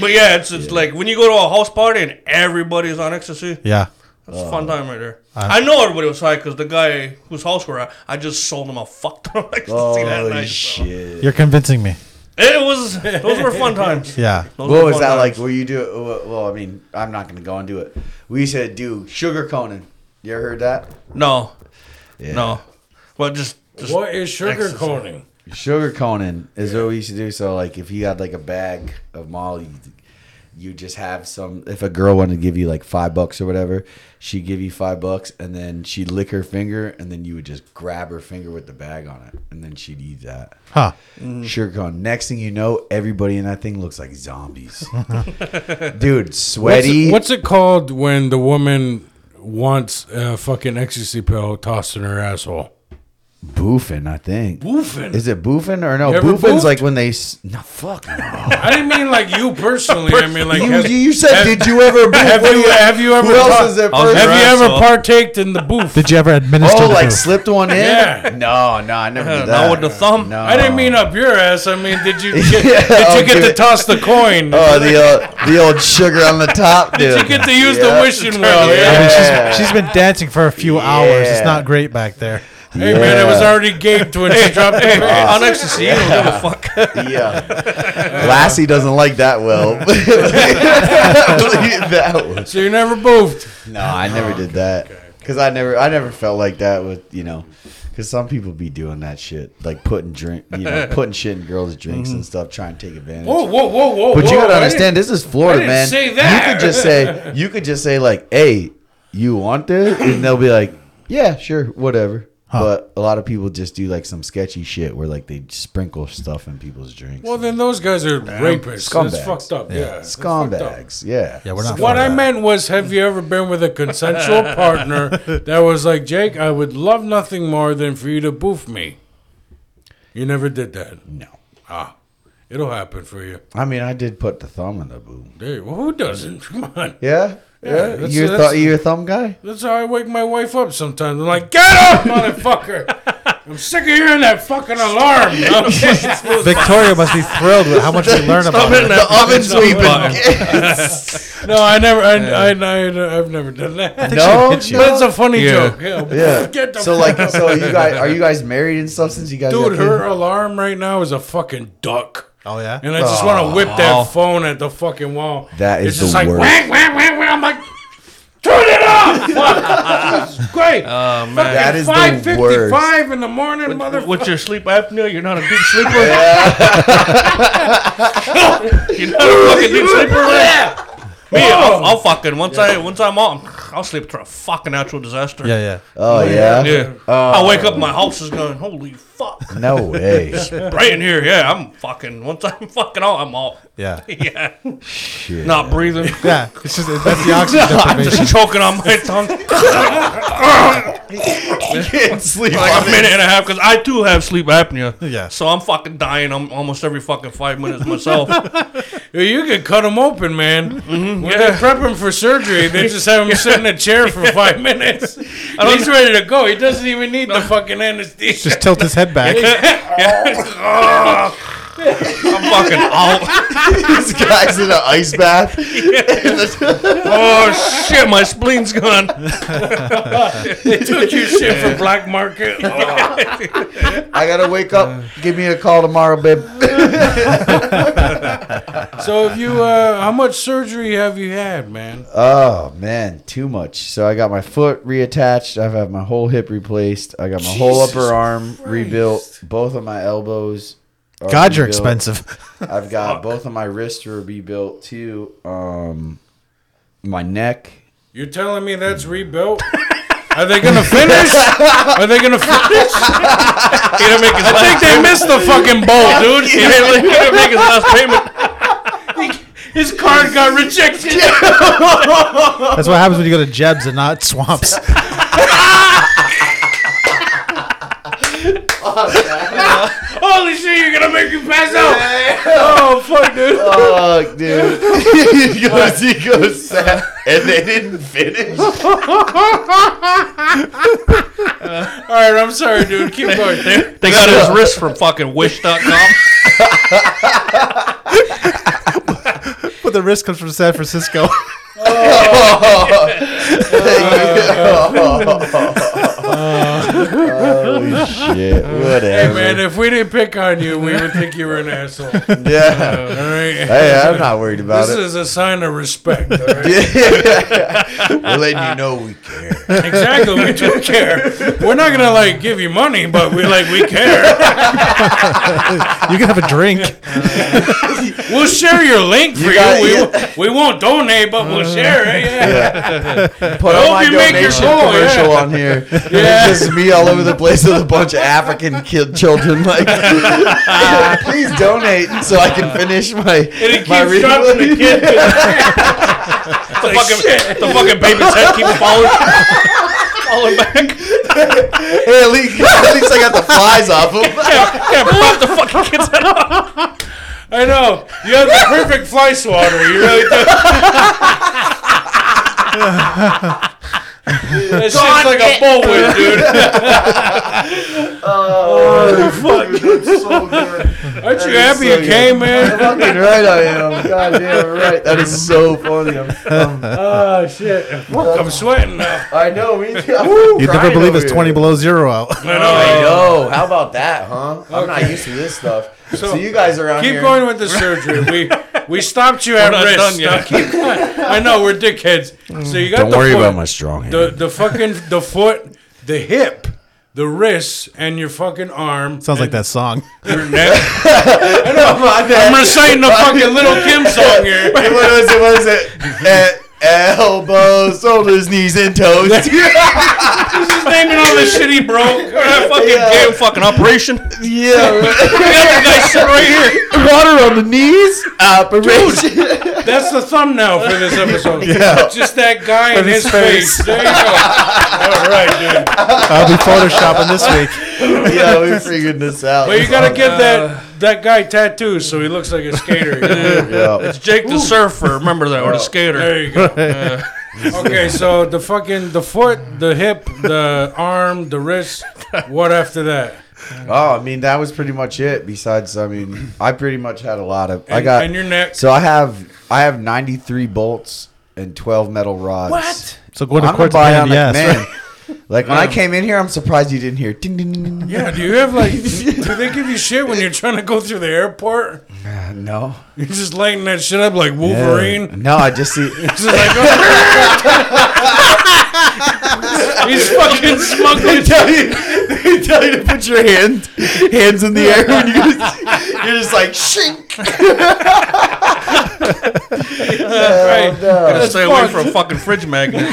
D: But yeah, it's, it's like when you go to a house party and everybody's on ecstasy.
C: Yeah.
D: That's a
B: Uh-huh.
D: fun time right there. I know everybody was high because the guy whose house we're at, I just sold him a fuck ton of ecstasy that
B: Holy
D: night. so.
B: shit!
C: You're convincing me.
D: It was those were fun times.
C: Yeah.
B: What
D: Those were
B: was
D: fun
B: that
D: times.
B: like? Where you do? uh, Well, I mean, I'm not gonna go and do it. We used to do sugar coning. You ever heard that?
D: No, no. Well, just, just
A: What is sugar
D: ecstasy.
A: coating?
B: Sugar coning is what we used to do. So like, if you had like a bag of Molly, you just have some. If a girl wanted to give you like five bucks or whatever, she'd give you five bucks, and then she'd lick her finger, and then you would just grab her finger with the bag on it, and then she'd eat that.
C: Huh.
B: Sugar cone. Next thing you know, everybody in that thing looks like zombies. Dude,
A: What's
B: sweaty.
A: it, what's it called when the woman wants a fucking ecstasy pill tossed in her asshole?
B: boofing? I think.
A: Boofing.
B: Is it boofing or no?
A: You ever
B: Boofing's
A: boofed?
B: like when they s- no fuck. No.
A: I didn't mean like you personally. I mean like
B: you,
A: have,
B: you, you said,
A: have-
B: did you ever boof?
A: have
B: What do
A: you have you ever
B: who else
A: par-
B: is that
D: How's your
A: have you ever
D: asshole?
A: partaked in the boof?
C: Did you ever administer?
B: Oh,
C: the
B: like
C: food?
B: slipped one in?
A: Yeah.
B: No, no, I never
D: Yeah,
B: did that.
D: not with the thumb.
B: No.
A: I didn't mean up your ass. I mean, did you get,
B: Yeah,
A: did
B: I'll
A: you get
B: give
A: to
B: it-
A: toss the coin?
B: Oh, the old, the old sugar on the top, dude.
A: did you get to use
B: Yeah.
A: the wishing well?
C: I
A: Yeah.
C: mean,
B: Yeah.
C: she's, she's been dancing for a few hours. It's
B: Yeah.
C: not great back there.
A: Hey man, it was
B: Yeah.
A: already gaped when she dropped the
D: Hey,
A: bag.
D: on ecstasy, you don't give a fuck.
B: Yeah. Lassie doesn't like that well. that was-
A: So you never boofed.
B: no, I
A: Oh,
B: never did that. Cause I never, I never felt like that with you know, cause some people be doing that shit, like putting drink, you know, putting shit in girls' drinks and stuff, trying to take advantage.
A: Whoa, whoa, whoa, whoa!
B: But
A: Mm-hmm. Oh, whoa,
B: you gotta
A: I
B: understand,
A: didn't-
B: this is Florida,
A: I didn't
B: man.
A: say that.
B: You could just say, you could just say like, "Hey, you want this?" And they'll be like, "Yeah, sure, whatever." But a lot of people just do like some sketchy shit where like they sprinkle stuff in people's drinks.
A: Well, then those guys are rapists.
B: Scumbags.
A: That's fucked up. Yeah, that's fucked up.
B: Scumbags, yeah.
C: Yeah, we're not.
A: What
C: for
A: I
C: that.
A: meant was, have you ever been with a consensual partner that was like, Jake, I would love nothing more than for you to boof me? You never did that.
B: No,
A: Ah, it'll happen for you.
B: I mean, I did put the thumb in the boob.
A: Hey, well, who doesn't? Come on.
B: Yeah, yeah.
A: that's-
B: you're, th-
A: that's-
B: you're a thumb guy.
A: That's how I wake my wife up sometimes. I'm like, get up, motherfucker! I'm sick of hearing that fucking alarm. No,
C: Victoria must be thrilled with how much we learn about
D: hitting
C: her.
D: that
B: oven
D: Stop
B: sweeping.
D: lying.
A: no I never, I, I, I, have never done that.
B: No,
C: hit you.
A: But it's a funny
D: Yeah.
A: joke. Yeah.
B: yeah.
A: Get the
B: so
A: fuck
B: like, so you guys are you guys married and stuff since you guys
A: Dude,
B: got kids?
A: her alarm right now is a fucking duck.
C: Oh yeah.
A: And I just want to whip that phone at the fucking wall.
B: That is
A: it's just
B: the
A: like,
B: worst.
A: Whack, whack, whack, whack. I'm like, turn it off! Fuck. This is great.
D: Oh man.
B: That is the
A: 555 in the morning, motherfucker.
D: With your sleep apnea, you're not a deep sleeper. you're not a Oh. fucking deep sleeper. man. Me, I'll, I'll fucking once I once I'm on, I'll sleep through a fucking natural disaster.
C: Yeah yeah.
B: Oh yeah.
D: Yeah. I wake up, my house is going. Holy fuck!
B: No way.
D: Right in here, yeah. I'm fucking. Once I'm fucking out, I'm out.
C: Yeah.
D: Yeah. Not breathing.
C: Yeah. It's just that's the oxygen
D: I'm
C: deprivation.
D: just choking on my tongue for
B: Can't sleep.
D: like a minute and a half because I too have sleep apnea.
C: Yeah.
D: So I'm fucking dying um, almost every fucking five minutes myself.
A: You could cut them open, man. When they're
D: Mm-hmm. yeah.
A: prepping for surgery, they just have him sit in a chair for five minutes. And he's ready to go. He doesn't even need the fucking anesthesia.
C: Just tilt his head back.
D: I'm fucking out.
B: This guy's in an ice bath.
D: Oh shit, my spleen's gone.
A: took your shit for black market. Oh.
B: I gotta wake up. Give me a call tomorrow, babe.
A: So if you, uh, how much surgery have you had, man?
B: Oh man, too much. So I got my foot reattached. I've had my whole hip replaced. I got my whole
A: Jesus
B: upper arm
A: Christ.
B: rebuilt. Both of my elbows. are
C: God, you're
B: rebuilt.
C: expensive.
B: I've got both of my wrists are rebuilt too. Um, my neck.
A: You're telling me that's rebuilt? Are they gonna finish? Are they gonna finish?
D: He didn't make his
A: I think
D: last
A: they missed the fucking boat, dude.
D: He didn't, he didn't make his last payment.
A: His card got rejected.
C: That's what happens when you go to Jeb's and not swamps.
A: Holy shit, you're gonna make me pass out. Oh fuck, dude.
B: Fuck, dude. he goes, he goes sad, and they didn't finish.
A: All right, I'm sorry, dude. Keep going.
D: They got his wrist from fucking wish.com.
C: but the risk comes from San Francisco.
B: Holy shit.
A: Hey
B: Whatever.
A: man, if we didn't pick on you, we would think you were an asshole. All
B: yeah.
A: right.
B: Hey, I'm not worried about
A: This
B: it.
A: is a sign of respect. All right?
B: We're letting you know we care.
A: Exactly, we do care. We're not gonna like give you money, but we like we care.
C: You can have a drink.
A: We'll share your link for you.
B: got-
A: we,
B: yeah.
A: won't- we won't donate, but we'll
D: Uh.
A: share it. Yeah.
B: Put
A: hope
B: all my
A: you make your
B: donation
A: goal,
B: commercial
A: yeah.
B: on here.
A: Yeah.
B: Yeah. It's just me all over the place with a bunch of African kid children. Like, please donate so I can finish my.
A: And it
B: my
A: keeps dropping the
B: reading.
A: kid. to the
D: the, fucking, the fucking baby's head keep falling, falling back.
B: Hey, at least, at least I got the flies off him.
D: Yeah, pop the fucking kid's head off.
A: I know. You have the perfect fly swatter. You really do. that shit's like a bullwhip, dude.
B: Oh,
D: Oh,
B: so good.
A: Aren't you happy you came, man?
B: Fucking right I am. God damn right. That is so funny. I'm, I'm,
A: Oh, shit. I'm sweating now.
B: I know. Me too.
C: You'd never believe it's 20 below zero out.
A: I
B: I
A: know.
B: know. How about that, huh? I'm not used to this stuff. So, you guys are out
A: Keep
B: here.
A: going with the surgery. We we stopped you at
D: not
A: risk.
D: done yet.
A: Now keep going. I know we're dickheads. So you got the foot,
B: strong
A: the the fucking the foot, the hip, the wrists, and your fucking arm.
C: Sounds like that song.
A: Your neck.
B: My bad.
A: I'm reciting the fucking Little Kim song here.
B: what was it? What was it? Eh, elbows, shoulders, knees, and toes.
D: Naming all this shit he broke. That fucking
B: Yeah.
D: damn fucking operation. The
B: yeah. right.
D: other guy sitting right here.
B: Water on the knees. Operation.
A: That's the thumbnail for this episode. Just that guy and his
C: his
A: face.
C: face.
A: There you go. All right, dude.
C: I'll be photoshopping this week.
B: yeah, we figured this out.
A: But you gotta get that that guy tattoos so he looks like a skater.
B: Yeah.
D: Jake the surfer, remember that, or the skater.
A: There you go. okay, so the fucking the foot, the hip, the arm, the wrist. What after that?
B: Oh, I mean, that was pretty much it. Besides, I mean, I pretty much had a lot of. I
A: And-
B: got
A: and your neck.
B: So I have I have 93 bolts and 12 metal rods. What?
C: So going to
B: I'm a
C: court to pay in
B: bionic
C: the ass,
B: man.
C: right?
B: Like when I came in here, I'm surprised you didn't hear. Ding, ding, ding, ding, ding.
A: Yeah, do you have like? Do they give you shit when you're trying to go through the airport?
B: Uh, No.
A: You're just lighting that shit up like
B: Yeah.
A: Wolverine.
B: No, I just see.
A: Just like, oh. He's fucking smuggling.
B: tell you, they tell you to put your hand, hands in the air, and you just, you're just like shink.
A: Right.
D: Gotta stay away from fucking fridge magnets.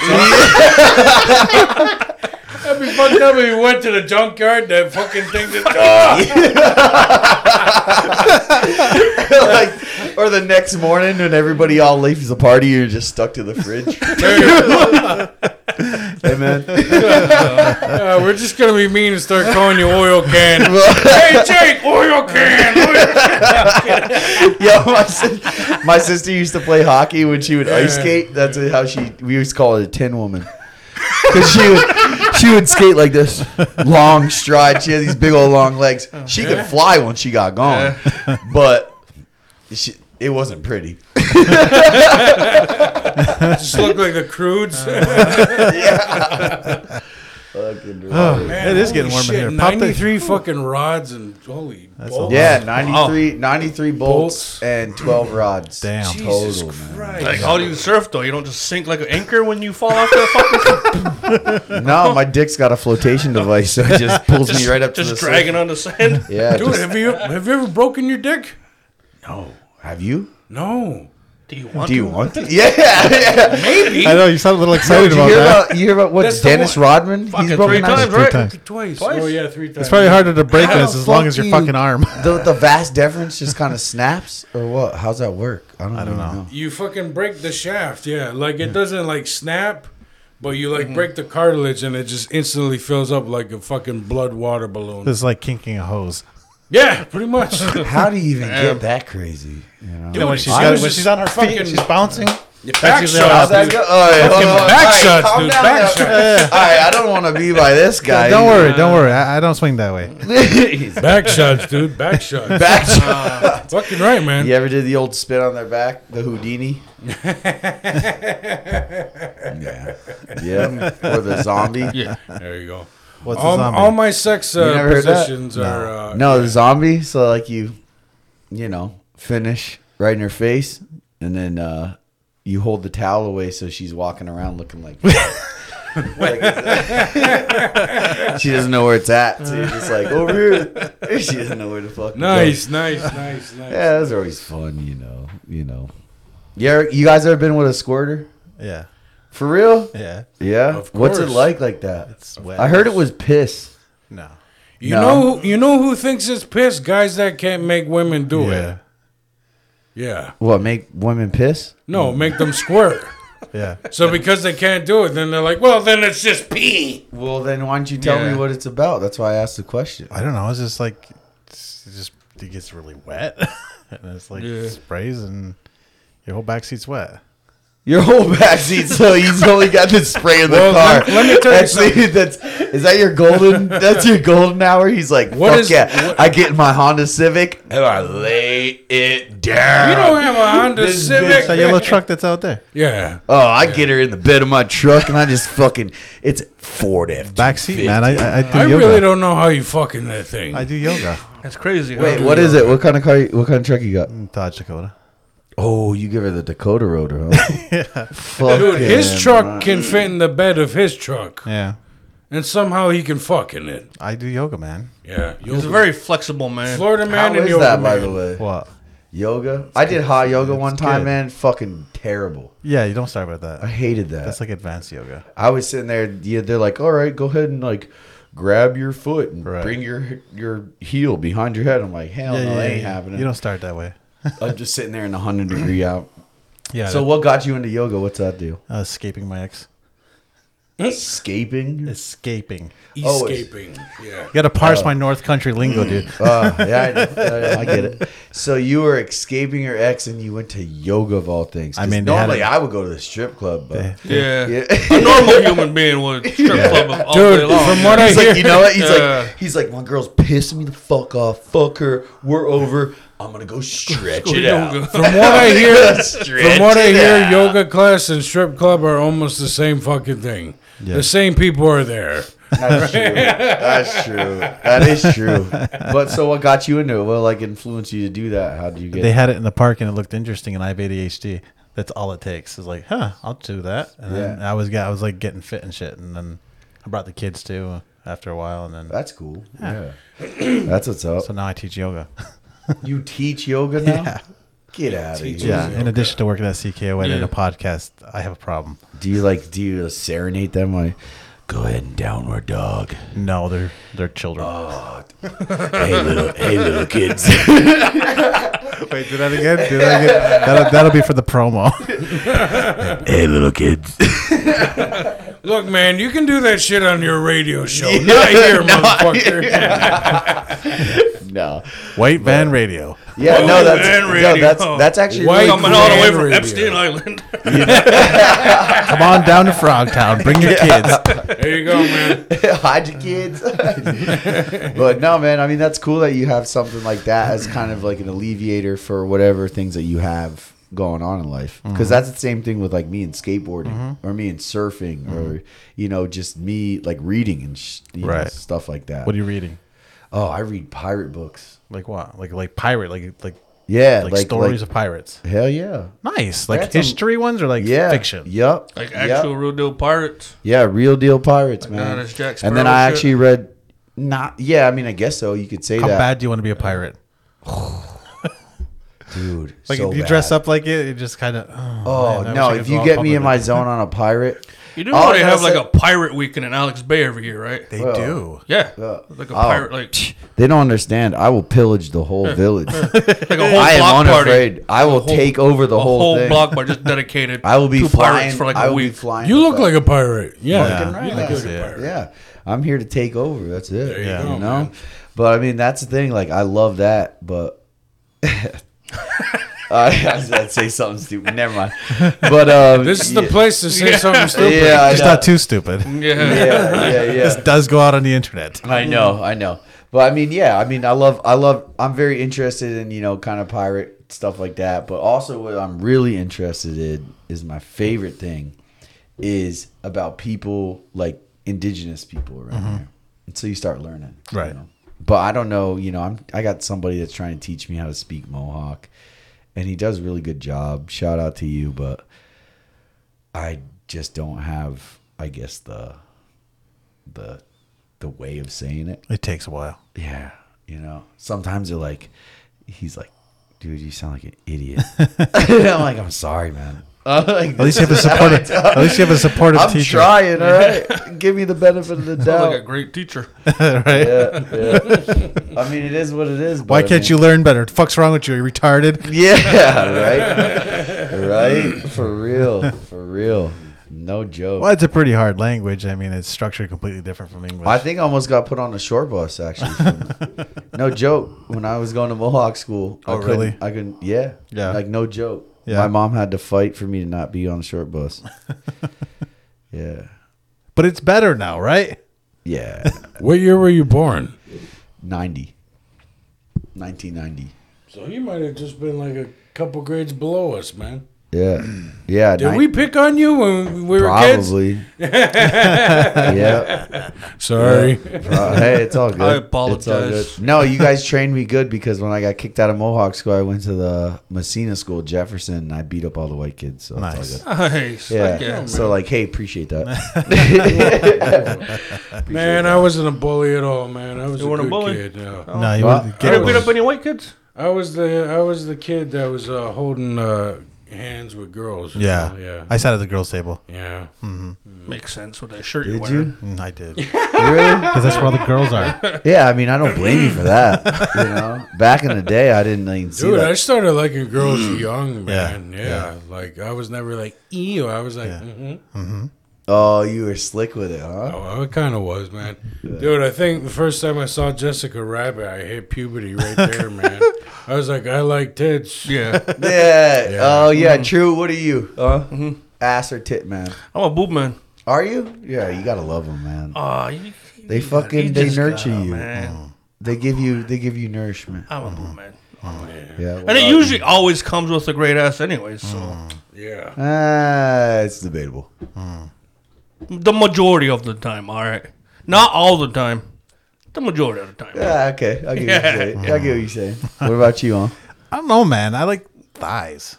A: That'd be fucked up if you went to the junkyard. That fucking thing just. Ah!
B: like, or the next morning when everybody all leaves the party, you're just stuck to the fridge. hey man,
A: Uh, we're just gonna be mean and start calling you oil can. hey Jake, oil can. Oil.
B: yo, my, sis- my sister used to play hockey when she would ice skate. That's how she. We used to call her a tin woman. Cause she would, she would skate like this long stride. She had these big old long legs. She could fly when she got going, but she, it wasn't pretty.
A: Just look like the crudes.
B: Oh.
C: It is getting warm in here. Pop the-
A: Ninety-three fucking rods and holy. balls.
B: Yeah, 93, 93
A: Bolts.
B: Oh. bolts and 12 rods.
C: Damn.
A: Jesus
B: Total, man.
A: Christ.
D: Like, how do you surf, though? You don't just sink like an anchor when you fall off the fucking
B: No, my dick's got a flotation device, so it just pulls me right up to
D: Just
B: the
D: dragging on the sand.
B: surface. Yeah,
A: Dude,
B: just-
A: have you have you ever broken your dick?
B: have you?
A: No.
D: Do you want
B: Do you
D: to?
B: want to? Yeah, yeah.
A: Maybe.
C: I know, you sound a little excited
B: You
C: about
B: hear
C: that.
B: about you hear about what
A: That's the
B: Dennis
A: one.
B: Rodman?
D: Fucking three
B: broken out-
D: times,
C: Three
D: right?
C: times.
A: Twice.
D: Twice?
A: Oh yeah, three times.
C: It's probably harder to break
B: How
C: this
B: the
C: as long
B: fuck
C: as
B: do
C: your
B: you-
C: fucking arm.
B: The, the vast deference just kind of snaps, or what? How's that work? I don't, even know.
A: You fucking break the shaft, yeah. Like it doesn't like snap, but you
C: Mm-hmm.
A: like break the cartilage and it just instantly fills up like a fucking blood water balloon.
C: It's like kinking a hose.
A: yeah, pretty much.
B: How do you even get that crazy? You know?
C: You know, when she's,
A: I
C: got,
A: was
C: when
A: just
C: she's on her feet,
A: fucking-
C: she's bouncing.
A: Back
D: usually how
A: shots.
B: How's that
A: dude.
B: go? All right, hold
D: Fucking
B: on.
D: back
B: All right,
D: shots,
B: calm
D: dude,
B: down
D: back
B: now.
D: shots.
B: All right, I don't want to be by this guy.
C: Don't worry, don't worry. I, I don't swing that way.
A: Back shots, dude. Back shots.
B: Back
A: Fucking right, man.
B: You ever did the old spit on their back, the Houdini? yeah, yeah, or the zombie?
D: Yeah.
A: There you go.
C: What's
A: All,
C: a zombie?
A: all my sex
B: You
A: uh,
B: never heard that?
A: positions are. Uh,
B: No, the zombie. So like you, you know, finish right in her face, and then uh, you hold the towel away so she's walking around looking like. like, she doesn't know where it's at, so you're just like over here. She doesn't know where the fuck. to go.
A: Nice, nice, nice, nice.
B: Yeah, those are always fun, you know. You know. You ever, you guys ever been with a squirter?
C: yeah,
B: For real?
C: yeah.
B: Yeah.
A: Of
B: What's it
A: course.
B: like like that?
C: It's wet.
B: I heard it was piss.
C: no.
A: You
B: No.
A: know, who- you know who thinks it's piss? Guys that can't make women do
C: Yeah,
A: it. Yeah.
B: What make women piss?
A: No, make them squirt.
C: yeah.
A: So because they can't do it, then they're like, well, then it's just pee.
B: Well, then why don't you tell
D: Yeah.
B: me what it's about? That's why I asked the question.
C: I don't know. It's just like it's just it gets really wet, and it's like
A: Yeah.
C: sprays, and your whole back seat's wet.
B: Your whole backseat, so he's only got the spray in the
A: Well,
B: car.
A: let- let me tell you
B: Actually, that's is that your golden? That's your golden hour. He's like,
A: What
B: fuck
A: is-
B: yeah!
A: what-
B: I get in my Honda Civic.
E: And I lay it
A: You
E: down.
A: don't have a Honda Civic.
C: It's that yellow truck that's out there.
A: Yeah.
B: Oh, I get her in the bed of my truck, and I just fucking it's Ford F.
C: Back seat, man. I I, I do
A: I
C: yoga.
A: really don't know how you fucking that thing.
C: I do yoga.
D: That's crazy. huh?
B: Wait, what is it? What kind of car? You, what kind of truck you got?
C: Dodge Dakota.
B: Oh, you give her the Dakota rotor, huh? Fuck
A: Dude, his
B: yeah,
A: truck
B: man.
A: can fit in the bed of his truck,
C: Yeah,
A: and somehow he can fuck in it.
C: I do yoga, man.
A: Yeah.
D: He's a very flexible man.
A: Florida man
B: How
A: and
B: is
A: yoga
B: that,
A: man.
B: by the way?
C: What?
B: Yoga. I did hot yoga one time,
C: good.
B: man. Fucking terrible.
C: Yeah, you don't start with that.
B: I hated that.
C: That's like advanced yoga.
B: I was sitting there. Yeah, they're like, "All right, go ahead and like grab your foot and
C: Right.
B: bring your your heel behind your head." I'm like, "Hell no, that ain't happening."
C: You don't start that way.
B: I'm just sitting there in a hundred degree out.
C: Yeah.
B: So, what got you into yoga? What's that deal?
C: uh, escaping my ex.
B: Escaping.
C: Escaping.
B: Always.
A: Escaping. Yeah.
C: You got to parse my North Country lingo, dude.
B: Oh, yeah, I, know. I know, I get it. So you were escaping your ex, and you went to yoga of all things. 'Cause
C: I mean, they had
B: normally
C: a-
B: I would go to the strip club, but
D: Yeah.
B: Yeah.
D: A normal human being would strip club all day
A: Dude,
D: long.
A: from what I
B: he's like,
A: hear,
B: you know what? He's
D: Yeah.
B: like, he's like, my girl's pissing me the fuck off. Fuck her. We're over. I'm gonna go stretch it out.
A: from what I hear,
E: Stretch
A: from what I
E: it
A: hear,
E: out.
A: yoga class and strip club are almost the same fucking thing. The same people are there.
B: That's true. That's true. That is true. But so, what got you into it? What like influenced you to do that? How did you get?
C: They had it in the park and it looked interesting, and I have ADHD. That's all it takes. It's like, huh, I'll do that. And then
B: Yeah.
C: I was, yeah, I was like getting fit and shit, and then I brought the kids too after a while, and then
B: That's cool. Yeah. That's what's up.
C: so now I teach yoga.
B: you teach yoga now? Get out of here.
C: yeah. In addition to working at CKO and in
D: Yeah.
C: a podcast, I have a problem.
B: Do you like? Do you serenade them? Like, go ahead and downward dog.
C: No, they're they're children.
B: Hey little, hey little kids.
C: Wait, do that again. Do that again. That'll, that'll be for the promo.
B: hey little kids.
A: Look, man, you can do that shit on your radio show. Not here, motherfucker.
B: no.
C: White Van Radio.
B: Yeah, no,
D: Oh,
B: that's
D: man,
B: no,
D: Randy,
B: that's
D: oh.
B: that's actually
A: Why
B: really
A: come
D: Coming
B: cool.
D: all the way
A: Man
D: from
A: radio.
D: Epstein Island.
C: Come on down to Frogtown. Bring your kids.
A: There you go, man.
B: hide your kids. but no, man, I mean that's cool that you have something like that as kind of like an alleviator for whatever things that you have going on in life. Because that's the same thing with like me and skateboarding or me and surfing or you know just me like reading and sh- you know,
C: Right.
B: stuff like that.
C: What are you reading?
B: oh, I read pirate books.
C: Like what? Like like pirate? Like like
B: Yeah,
C: like, stories of pirates?
B: Hell yeah,
C: Nice. Like
B: That's a-
C: history ones or like
B: yeah,
C: fiction?
B: Yep,
D: Like
B: yep.
D: actual real deal pirates.
B: Yeah, real deal pirates,
D: nah,
B: man.
D: that's Jack
B: and then
D: Sparrow
B: I
D: shit.
B: actually read not yeah, I mean I guess so. You could say
C: How
B: that.
C: bad do you want to be a pirate?
B: Dude.
C: Like
B: so
C: if you dress
B: bad.
C: up like it, you just kind of.
B: Oh no, if you get me in my zone on a pirate.
D: You do
B: All
D: know
B: I
D: they
B: gotta
D: have like
B: say-
D: a pirate weekend in Alex Bay every year, right?
C: they
B: Well,
C: do.
D: Yeah.
B: Uh,
D: Like a
B: oh,
D: pirate, like,
B: They don't understand. I will pillage the whole village.
D: like a whole
B: I am
D: block party.
B: unafraid. I will take over the
D: A
B: whole,
D: whole,
B: thing.
D: block party just dedicated.
B: I will be
D: to
B: flying
D: pirates for like
B: I
D: a
B: will be
D: week.
B: flying.
A: You
B: with
A: look
B: that.
A: like a pirate. Yeah.
C: Fucking
B: right.
A: You look
B: Yeah.
A: like a pirate.
B: Yeah, I'm here to take over. That's it.
A: you
B: yeah,
A: go,
B: you know.
A: man.
B: But I mean, that's the thing. Like, I love that, but Uh, I was about to say something stupid. Never mind. But um,
A: This is the
B: yeah,
A: place to say something stupid.
B: Yeah, I
C: It's
B: know.
C: not too stupid.
D: Yeah.
B: yeah, yeah, yeah.
C: This does go out on the internet.
B: I know, I know. But I mean, yeah, I mean, I love, I love, I'm very interested in, you know, kind of pirate stuff like that. But also, what I'm really interested in is my favorite thing is about people like indigenous people around here. And so you start learning. you
C: Right.
B: know. But I don't know, you know, I'm, I got somebody that's trying to teach me how to speak Mohawk and he does a really good job. Shout out to you, but I just don't have, I guess, the, the, the way of saying it.
C: It takes a while.
B: Yeah, you know, sometimes they're like, he's like, dude, you sound like an idiot. I'm like, I'm sorry, man. I'm like,
C: At least you have a supportive. at least you have a supportive
B: I'm
C: teacher.
B: trying, all right. Give me the benefit of the doubt.
D: Sounds like a great teacher.
C: right?
B: yeah, yeah. I mean, it is what it is.
C: Why can't you learn better? fuck's wrong with you? You're retarded.
B: Yeah, right, right. For real, for real. No joke.
C: Well, it's a pretty hard language. I mean, it's structured completely different from English.
B: I think I almost got put on a short bus actually. from- no joke. When I was going to Mohawk school,
C: Oh,
B: I couldn't,
C: really?
B: I couldn't. Yeah,
C: Yeah.
B: Like no joke.
C: Yeah.
B: My mom had to fight for me to not be on a short bus. yeah,
C: but it's better now, right?
B: yeah.
A: What year were you born?
B: 90. 1990.
A: So he might have just been like a couple grades below us, man.
B: Yeah, yeah.
A: Did
B: nine-
A: we pick on you when we were
B: probably? yeah.
A: kids? Sorry.
B: Uh, hey, it's all good.
D: I
B: It's all
D: apologize.
B: good. No, you guys trained me good because when I got kicked out of Mohawk School, I went to the Messina School, Jefferson, and I beat up all the white kids. So it's all
C: Nice.
B: good.
D: Nice.
B: Yeah.
D: Fuck yeah.
B: so like, hey, appreciate that.
A: Man, I wasn't a bully at all, man. I was
D: You
A: a
D: weren't a
A: good
D: bully?
A: kid. No.
C: No, you
B: Well,
C: wouldn't
D: You
C: get
D: ever beat
C: one.
D: up any white kids?
A: I was the I was the kid that was uh, holding uh, hands with girls. you
C: Yeah.
A: know? Oh, yeah,
C: I Mm-hmm. sat at the girls' table.
A: yeah.
D: Makes sense with that shirt you're
B: Did
D: wearing.
B: you?
C: Mm, I did
B: Really?
C: because that's where all the girls are.
B: Yeah. I mean, I don't blame you for that. You know, back in the day, I didn't even see
A: Dude, I
B: that.
A: started liking girls young,
C: Mm. Yeah,
A: man. Yeah, like I was never like ew. I was like, mm-hmm.
B: oh, you were slick with it, huh?
A: oh, I kind of was, man. Dude, I think the first time I saw Jessica Rabbit, I hit puberty right there, man. I was like, I like tits.
D: Yeah.
B: Yeah. Oh, yeah. True. What are you? Huh? Ass or tit, man?
D: I'm a boob man.
B: Are you? Yeah. You gotta love them, man.
D: Oh, you,
B: They fucking
D: you
B: they
D: just
B: nurture
D: gotta,
B: you. Mm-hmm.
D: Man.
B: They give you they give you nourishment.
D: I'm a boob man.
B: Yeah. Mm-hmm. well, Mm-hmm.
D: And it usually always comes with a great ass, anyways. So
A: Yeah.
B: Ah, it's debatable.
D: the majority of the time, all right. Not all the time. The majority of the time.
B: Ah, okay. I get what you're saying. I get what you're saying. What about you, huh?
C: I don't know, man. I like thighs.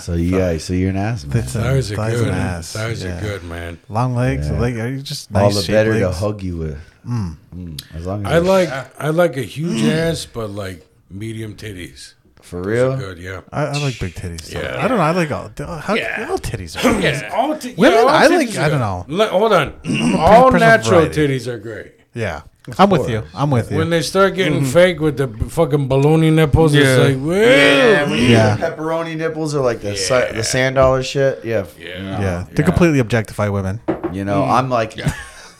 B: So you yeah, so you're an ass man.
C: Thighs,
A: Thighs are
C: thighs
A: good.
C: and ass.
A: Thighs
C: Yeah.
A: are good, man.
C: Long legs. Like are you just nice
B: All the
C: shaped
B: better to
C: legs.
B: hug you with. Mm, as long as
A: I
B: it's-
A: like I like a huge ass, but like medium titties.
B: for real.
A: Good, yeah.
C: I, I like big titties. too.
A: Yeah.
C: I don't know. I like all. How, All titties. Are
D: Yeah.
A: All t-
C: Women,
A: all
C: I
A: titties
C: like-
A: are
C: I
A: good.
C: don't
A: Le- hold on. all
C: pretty
A: natural
C: variety.
A: titties are great.
C: yeah. I'm with you. I'm with you.
A: When they start getting fake with the b- fucking baloney nipples,
D: Yeah.
A: it's like, well,
B: when
A: yeah.
B: you
C: Yeah.
B: get pepperoni nipples or like the si- the sand dollar shit. Yeah.
C: yeah,
A: Oh,
C: they completely objectify women.
B: You
C: Mm.
B: know, I'm like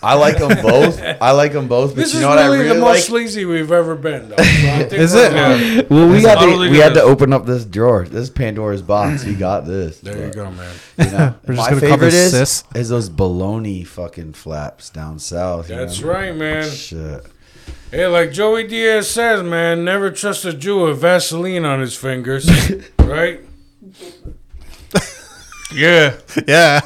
B: I like them both. I like them both, but
A: This
B: you
A: is
B: know what
A: really
B: I
A: the
B: really
A: most
B: like?
A: sleazy we've ever been, though. So I think
C: Is
A: we're
C: it?
A: good.
B: well, we had to,
D: totally
B: we had to
D: good.
B: open up this drawer. This is Pandora's box. You got this.
A: There you go, man.
B: You know,
C: We're
B: my
C: just gonna call
B: favorite
C: this
B: is
C: sis.
B: is those baloney fucking flaps down south. you
A: That's
B: know?
A: right, man.
B: Shit.
A: Hey, like Joey Diaz says, man, never trust a Jew with Vaseline on his fingers, right?
D: Yeah.
C: Yeah,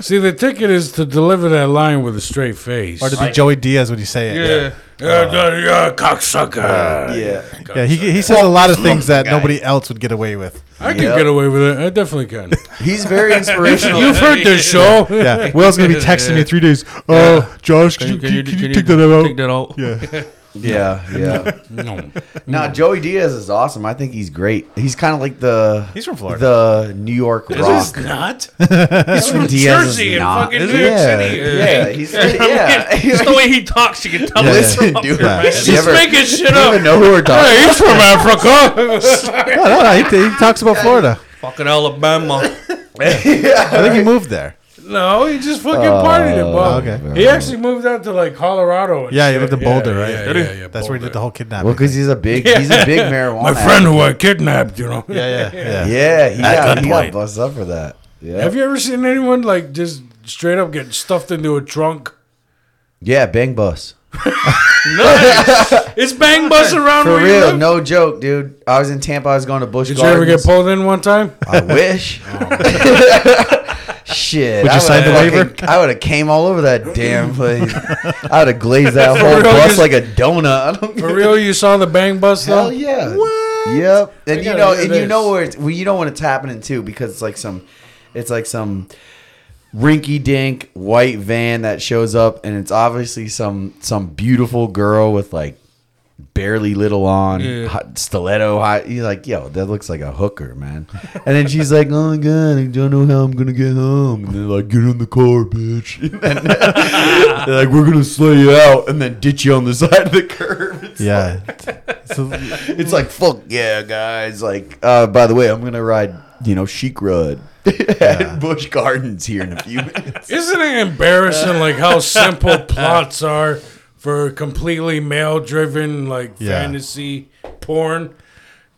A: See, the ticket is to deliver that line with a straight face.
C: or to be Joey Diaz when you say it.
D: Yeah.
A: Yeah, uh, yeah, cocksucker.
B: Yeah.
C: Yeah, he, he says a lot of things that nobody else would get away with.
A: I can
B: Yep.
A: get away with it. I definitely can.
B: He's very inspirational.
A: You've heard this show.
C: Yeah, Will's gonna be texting me three days. Oh, Josh, can, you, can, you take that out?
D: Take that out.
C: Yeah,
B: yeah, yeah.
A: No.
B: Now Joey Diaz is awesome. I think he's great. He's kind of like the
C: He's from Florida.
B: the New York Rock.
A: not.
B: He's from
A: Jersey and fucking New York
B: yeah,
A: City.
B: Yeah, he's yeah.
D: Just the way he talks, you can tell. it's
B: Listen,
D: from
B: dude,
D: here, man.
B: you
A: Just
B: ever-
A: making shit
B: you
A: up.
B: even know who we're talking.
A: Hey, he's from Africa.
C: no, no, no he, he talks about Florida.
D: Fucking Alabama.
C: I think he moved there.
A: No, he just fucking partied it, Bob.
C: Oh, okay.
A: He actually moved out to like Colorado. And
C: Yeah,
A: shit.
C: he lived in Boulder, right?
A: Yeah, yeah, yeah,
C: That's where he did the
A: Boulder.
C: whole kidnapping.
B: Well, because he's a big, he's a big marijuana.
A: My friend who I kidnapped, you know.
C: yeah, yeah, yeah.
B: Yeah, he got, he got
C: gunpoint.
B: busted up for that. Yeah,
A: Have you ever seen anyone like just straight up get stuffed into a trunk?
B: yeah, bang bus.
A: It's bang bus around
B: For
A: where you
B: real,
A: live?
B: no joke, dude. I was in Tampa. I was going to Bush
A: Did you ever
B: Gardens.
A: get pulled in one time?
B: I wish. Oh. Shit.
C: Would you
B: I
C: sign the
B: would've
C: waiver?
B: fucking- I would have came all over that damn place. I would have glazed that
A: For
B: whole
A: real,
B: bus
A: just-
B: like a donut. I don't
A: For real, you saw the bang bus though?
B: Hell yeah. Yep. And you
A: gotta
B: know,
A: hear
B: and you
A: this.
B: know where it's well, you know when it's happening too, because it's like some it's like some rinky dink white van that shows up and it's obviously some some beautiful girl with like barely little on
A: Yeah.
B: hot, stiletto high you're like yo that looks like a hooker man and then she's like oh my god i don't know how i'm gonna get home and they're like get in the car bitch and then, they're like we're gonna slay you out and then ditch you on the side of the curb It's
C: so,
B: it's like fuck yeah, guys. Like, uh, by the way, I'm gonna ride, you know, Chic Road at Bush Gardens here in a few minutes.
A: Isn't it embarrassing like how simple plots are for completely male driven like
C: Yeah.
A: fantasy porn?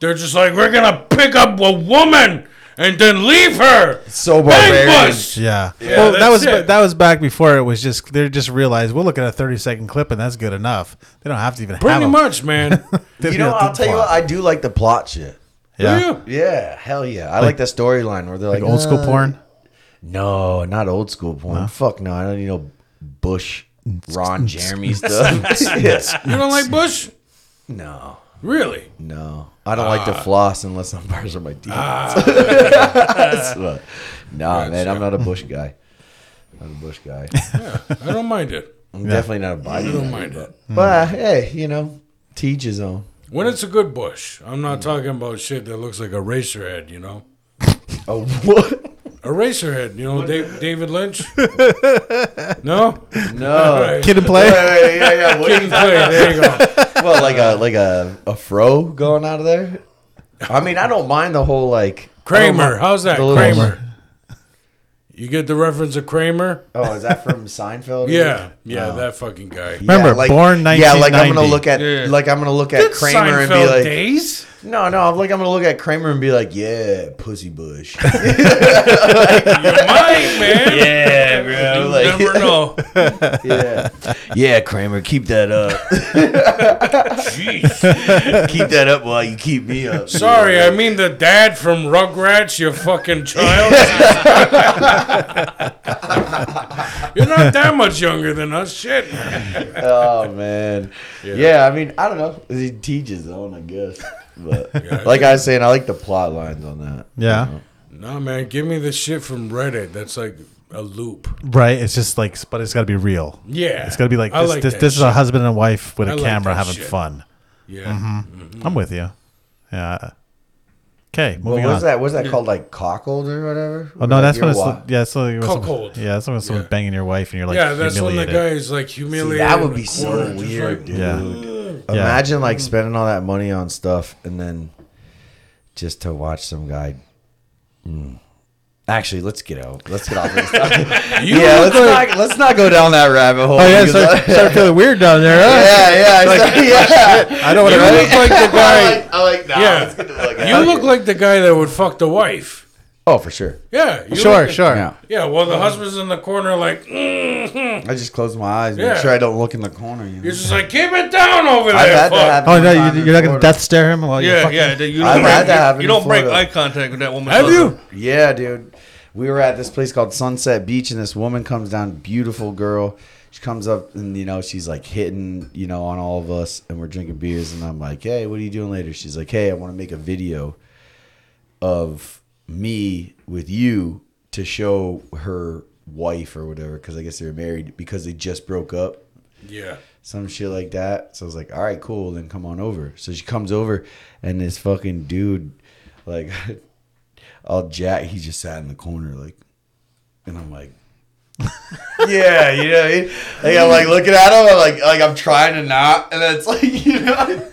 A: They're just like we're gonna pick up a woman and then leave her.
B: So
A: Bang
B: barbarian.
A: bus.
C: yeah. Well, that
A: that's
C: was
A: it.
C: that was back before it was just they just realized we'll look at a thirty second clip and that's good enough. They don't have to even have
A: Pretty
C: a-
A: much, man.
C: they
B: You
C: don't
B: know,
C: have to
B: I'll tell you
C: plot.
B: what, I do like the plot shit.
C: yeah.
A: Yeah.
B: Yeah, hell yeah. I like, the storyline where they're like,
C: Like old school
B: uh,
C: porn.
B: No, not old school porn. Fuck no, I don't need no Bush, Ron Jeremy stuff. Yeah.
A: You don't like Bush?
B: No,
A: Really?
B: no, I don't like to
A: Ah.
B: floss unless I'm part of my teeth. So, nah, man, I'm not a Bush guy. Not a Bush guy.
A: I don't mind it.
B: I'm definitely not a Biden.
A: I don't mind it.
C: Mm.
B: But hey, you know, teach his own.
A: When it's a good bush, I'm not talking about shit that looks like a racer head, you know?
B: Oh what?
A: A racer head, you know, Dave, David Lynch? no?
B: No.
C: Kid and play.
B: yeah, yeah. What
A: Kid and play, there you go.
B: well, like a like a a fro going out of there. I mean, I don't mind the whole like I
A: Kramer,
B: don't
A: how's that?
B: The little-
A: Kramer. You get the reference of Kramer?
B: mind- Oh, is that from Seinfeld?
A: Yeah, yeah, that fucking guy.
B: Yeah,
C: Remember, born
B: Yeah, like I'm gonna
C: 1990.
B: look at
D: Yeah.
B: like I'm gonna look at
A: That's
B: Kramer and be
A: Seinfeld
B: like,
A: days?
B: no, no, I'm like I'm gonna look at Kramer and be like, yeah, pussy bush.
A: You're mine, man.
D: Yeah, bro.
A: You
B: like-
A: never know.
B: yeah, yeah, Kramer, keep that up,
A: Jeez.
B: keep that up while you keep me up.
A: Sorry, I mean the dad from Rugrats, you fucking child. You're not that much younger than us. Shit.
B: oh man, yeah. I mean, I don't know. He teaches own, I guess. But like I was saying, I like the plot lines on that.
C: Yeah.
A: No, man, give me the shit from Reddit. That's like a loop.
C: Right. It's just like, but it's got to be real.
A: Yeah.
C: It's got to be like
A: I
C: this. this
A: that
C: this is
A: shit.
C: a Mm-hmm. husband and wife with a
A: I like
C: camera
A: that
C: having
A: shit.
C: fun.
A: Yeah.
C: I'm with you. Yeah. Okay,
B: What
C: moving
B: was
C: on.
B: that? What was that called? Like cockled or whatever?
C: Oh no,
B: Like
C: that's
B: your
C: when it's
B: wa-
C: yeah, that's when it's-
A: Cuckold.
C: yeah, that's when someone's
A: Yeah.
C: banging your wife and you're like
A: yeah, that's when the
C: humiliated.
A: guy is like humiliated.
B: that would
A: in
B: be
A: the
B: so
A: corner, just
B: weird,
A: like,
B: dude.
C: yeah, Yeah.
B: Imagine
A: Hmm.
B: like spending all that money on stuff and then just to watch some guy. Mm. Actually, let's get out. Let's get off this.
A: You
B: yeah,
A: look
B: let's
A: like-
B: not let's not go down that rabbit hole.
C: Oh yeah,
B: because
C: start,
B: I-
C: start feeling weird down there. Huh?
B: yeah, yeah, yeah.
C: oh, I don't want
B: You
C: to.
B: look like the
E: I
B: guy.
E: like, I like, nah,
A: Yeah.
E: let's get to like,
A: you look like the guy that would fuck the wife.
B: Oh, for sure.
A: Yeah. you
C: Sure,
A: look-
C: sure.
B: Yeah.
A: Yeah, well, the husband's in the corner, like, mm
B: I just close my eyes,
A: Yeah.
B: make sure I don't look in the corner. You know?
A: you're just like, keep it down over there.
B: I've had
A: fuck."
B: that happen.
C: Oh
B: one
C: no,
B: time
C: you,
B: in
C: you're not gonna
B: Florida.
C: death stare him while you're
D: Yeah,
C: fucking.
D: yeah. that- You
B: I've
D: don't,
B: had
D: break,
B: that happen
D: you, you don't
B: in
D: break
B: Florida.
D: eye contact with that woman.
A: Have you?
B: Yeah, dude. We were at this place called Sunset Beach, and this woman comes down, beautiful girl. She comes up and you know she's like hitting you know on all of us, and we're drinking beers, and I'm like, hey, what are you doing later? She's like, hey, I want to make a video of me with you to show her wife or whatever, because I guess they're married because they just broke up
A: Yeah.
B: some shit like that. So I was like, all right, cool, then come on over. So she comes over, and this fucking dude, like, all jack, he just sat in the corner, like, and I'm like, yeah, you know, what I mean? like I'm like looking at him, I'm like, like I'm trying to not, and it's like, you know,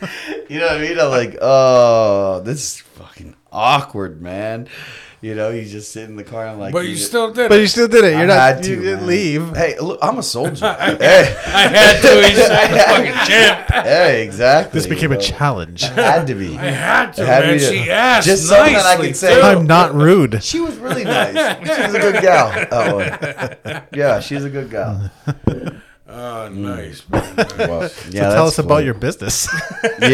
B: you know what I mean? I'm like, oh, this is fucking awkward, man. You know, you just sit in the car and like.
A: But
B: eat
A: you
B: it.
A: still did.
C: But
A: it.
C: you still did it.
B: I
C: You're
B: had
C: not.
B: to,
C: you didn't
B: man.
C: leave.
B: Hey, look, I'm a soldier. hey,
D: I had to. He's a fucking champ.
B: hey, exactly.
C: This became
B: you
C: a
B: know.
C: challenge.
B: Had to be.
A: I had to,
B: Had
A: man.
B: me to-
A: She asked
B: Just something
A: nicely.
B: I can say.
A: too.
C: I'm not rude.
B: She was really nice. She was a good gal. Oh, yeah, she's a good gal.
A: Oh, nice. man.
B: Well, yeah,
C: Tell us
B: that's
C: about
B: cool.
C: your business.
B: Yeah,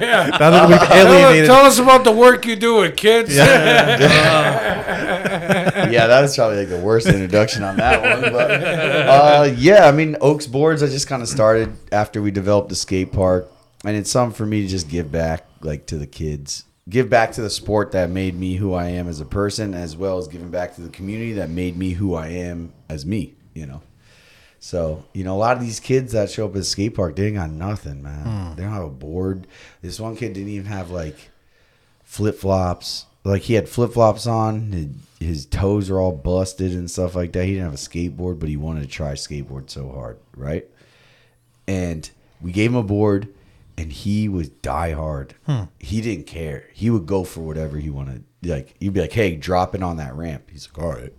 A: Yeah.
C: now that we've
A: Tell,
C: alienated.
A: tell us about the work you do with kids.
B: yeah, that was probably like the worst introduction on that one. But uh, yeah, I mean, Oaks boards. I just kind of started after we developed the skate park, and it's something for me to just give back, like to the kids, give back to the sport that made me who I am as a person, as well as giving back to the community that made me who I am as me. You know. So, you know, a lot of these kids that show up at the skate park, they ain't got nothing, man. They don't have a board. This one kid didn't even have like flip flops. Like he had flip flops on. His, his toes are all busted and stuff like that. He didn't have a skateboard, but he wanted to try skateboard so hard, right? And we gave him a board, and he was die hard. He didn't care. He would go for whatever he wanted. Like you'd be like, "Hey, drop it on that ramp." He's like, "All right."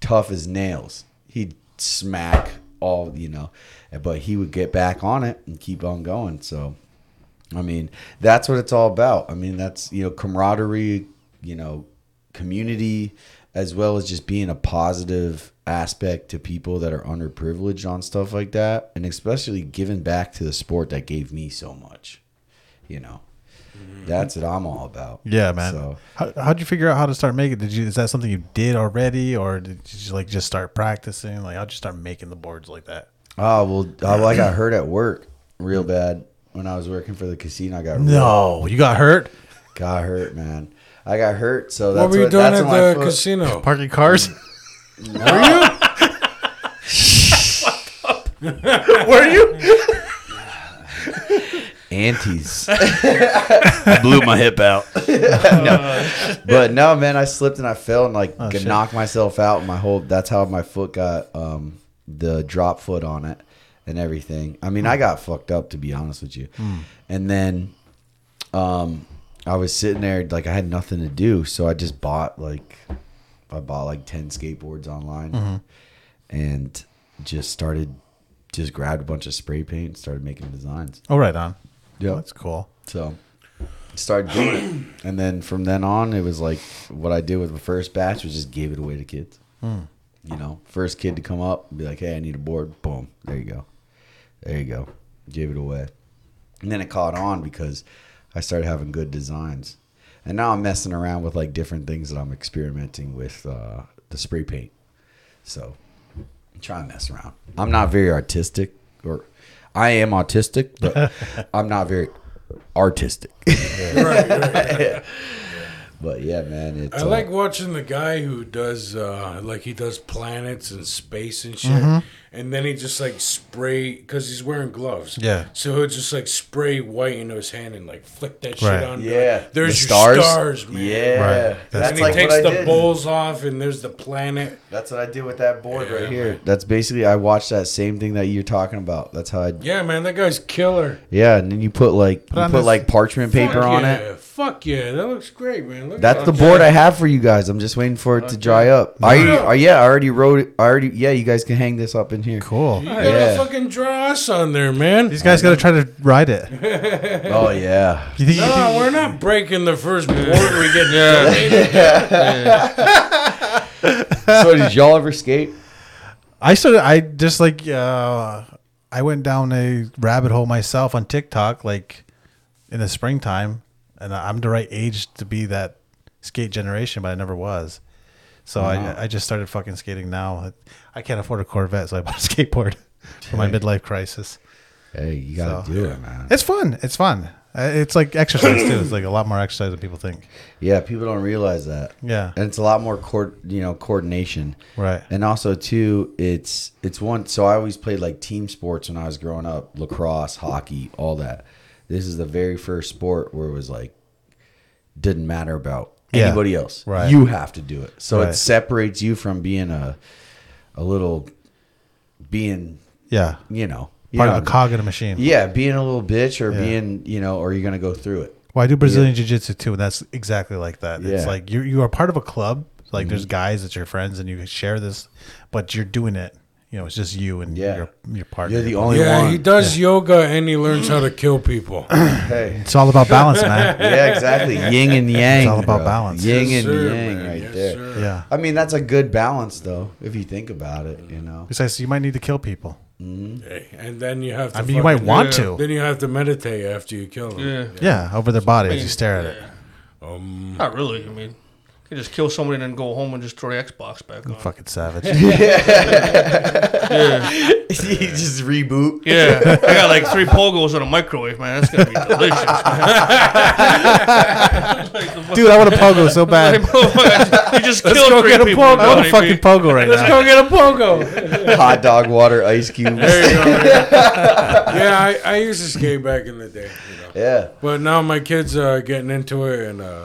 B: Tough as nails. He'd smack all you know, but he would get back on it and keep on going. So I mean, that's what it's all about. I mean, that's you know, camaraderie, you know, community, as well as just being a positive aspect to people that are underprivileged on stuff like that, and especially giving back to the sport that gave me so much. You know, that's what I'm all about.
C: Yeah, man.
B: So
C: How, how'd you figure out how to start making? Did you is that something you did already, or did you like just start practicing? Like how'd you start making the boards like that?
B: Oh well, oh, well, I got hurt at work real bad when I was working for the casino. I got
C: No, you got hurt
B: got hurt, man. I got hurt. So that's
A: what were you doing
B: that's
A: at
B: when my
A: the
B: foot-
A: casino?
C: parking cars.
D: Were you?
B: Aunties.
E: I blew my hip out.
B: but no, man, I slipped and I fell and like
C: shit.
B: knocked myself out. and My whole that's how my foot got um, the drop foot on it and everything. I mean, I got fucked up to be honest with you. And then um, I was sitting there like I had nothing to do, so I just bought like I bought like ten skateboards online and just started just grabbed a bunch of spray paint and started making designs.
C: Oh, right on.
B: Yeah.
C: that's cool.
B: So started doing it. And then from then on, it was like what I did with the first batch was just gave it away to kids. You know, first kid to come up, be like, hey, I need a board. Boom. There you go. There you go. Gave it away. And then it caught on because I started having good designs. And now I'm messing around with like different things that I'm experimenting with uh, the spray paint. So try and mess around. I'm not very artistic, or I am autistic, but I'm not very artistic. But yeah, man, it's
A: I
B: uh,
A: like watching the guy who does uh, like he does planets and space and shit,
C: Mm-hmm.
A: and then he just like spray because he's wearing gloves.
C: Yeah.
A: So he'll just like spray white into his hand and like flick that shit
C: Right.
A: on.
B: yeah,
A: There's
B: the
A: your stars, man.
B: Yeah,
C: Right.
B: that's
A: and he
B: like
A: takes
B: what I
A: the
B: did.
A: bowls off, and there's the planet.
B: That's what I did with that board
A: Yeah,
B: right here. That's basically I watched that same thing that you're talking about. That's how I
A: Yeah, man, that guy's killer.
B: yeah, and then you put like you
C: on
B: put
C: this-
B: like parchment paper
A: Fuck
B: on
A: yeah.
B: it.
A: Fuck yeah, that looks great, man. Look
B: That's
A: at
B: the
A: that.
B: board I have for you guys. I'm just waiting for it to dry up. I already,
A: Yeah.
B: uh, yeah, I already wrote it. I already yeah, you guys can hang this up in here.
C: Cool.
A: You gotta
B: Yeah.
A: fucking draw us on there, man.
C: These guys got to try to ride it. You
B: Oh yeah.
C: think, you
A: No,
C: think-
A: we're not breaking the first board we get. yeah.
B: so did y'all ever skate?
C: I started. I just like. Uh, I went down a rabbit hole myself on TikTok, like in the springtime, and I- I'm the right age to be that skate generation, but I never was. So I, I just started fucking skating now. I can't afford a Corvette, so I bought a skateboard for my midlife crisis.
B: Hey, you gotta
C: So-
B: do it, man.
C: It's fun. It's fun. Uh, It's like exercise too. It's like a lot more exercise than people think.
B: Yeah, people don't realize that.
C: Yeah.
B: and it's a lot more coord you know coordination.
C: Right.
B: And also too, it's it's one. So I always played like team sports when I was growing up: lacrosse, hockey, all that. This is the very first sport where it was like didn't matter about
C: Yeah.
B: anybody else.
C: Right.
B: You have to do it. So
C: Right.
B: it separates you from being a a little being
C: Yeah.
B: you know you
C: Part
B: know
C: of a
B: what I mean.
C: cog in a machine.
B: Yeah, being a little bitch or
C: Yeah.
B: being, you know, or you're gonna go through it.
C: Well, I do Brazilian jiu-jitsu too, and that's exactly like that. It's
B: Yeah. Mm-hmm.
C: like you you are part of a club. Like there's guys that your friends and you share this, but you're doing it. You know, it's just you and
B: Yeah.
C: your your partner.
B: You're the only
A: Yeah,
B: one.
A: he does yoga and he learns how to kill people.
B: Hey.
C: It's all about balance, man.
B: Yeah, exactly. Yin and yang.
C: It's all about
B: bro.
C: balance.
B: Yin
A: Yes,
B: and
A: sir,
B: yang
A: man.
B: right
A: Yes,
B: there.
A: sir.
C: yeah.
B: I mean, that's a good balance, though, if you think about it, you know.
C: Besides, you might need to kill people.
A: Okay, And then you have to.
C: I mean, you might
A: fucking-
C: want
D: yeah.
C: to.
A: Then you have to meditate after you kill them.
D: Yeah.
C: uh, Yeah, over their body as you stare at it.
A: Um,
D: Not really. I mean, you can just kill somebody and then go home and just throw the Xbox back on.
C: Fucking savage.
B: you just reboot.
D: Yeah, I got like three pogos in a microwave, man. That's gonna be delicious. man.
C: Dude, I want a pogo so bad. Let's
D: you just killed
C: go
D: three
C: get a
D: people.
C: pogo.
D: you
C: I
D: know what
C: want
D: I
C: a fucking
D: mean?
C: pogo right now.
A: get a pogo.
B: Hot dog water, ice cubes.
D: There you go, man.
A: yeah, I, I used to skate back in the day. You know.
B: Yeah.
A: But now my kids are getting into it and uh,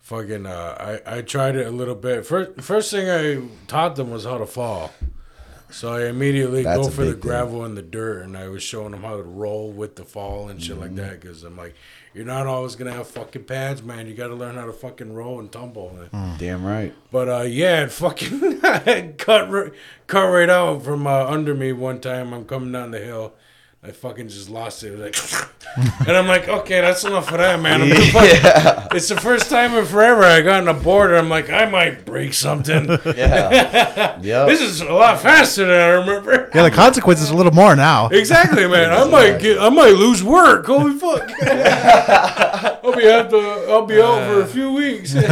A: fucking. Uh, I I tried it a little bit. First first thing I taught them was how to fall. So I immediately
B: That's
A: go
B: a
A: for the
B: big thing.
A: gravel and the dirt, and I was showing them how to roll with the fall and shit like
B: Mm-hmm.
A: that. Because I'm like, you're not always gonna have fucking pads, man. You got to learn how to fucking roll and tumble. And-
B: Damn right.
A: But uh, yeah, it fucking it cut ri- cut right out from uh, under me one time. I'm coming down the hill. I fucking just lost it. It was like, and I'm like, okay, that's enough of that, man. I'm gonna fuck- It's the first time in forever I got on a board. and I'm like, I might break something.
B: Yeah.
A: this
B: yep.
A: is a lot faster than I remember.
C: Yeah, the consequences are a little more now.
A: Exactly, man. I might get, I might lose work. Holy fuck! I'll be have to, I'll be out for a few weeks. yeah,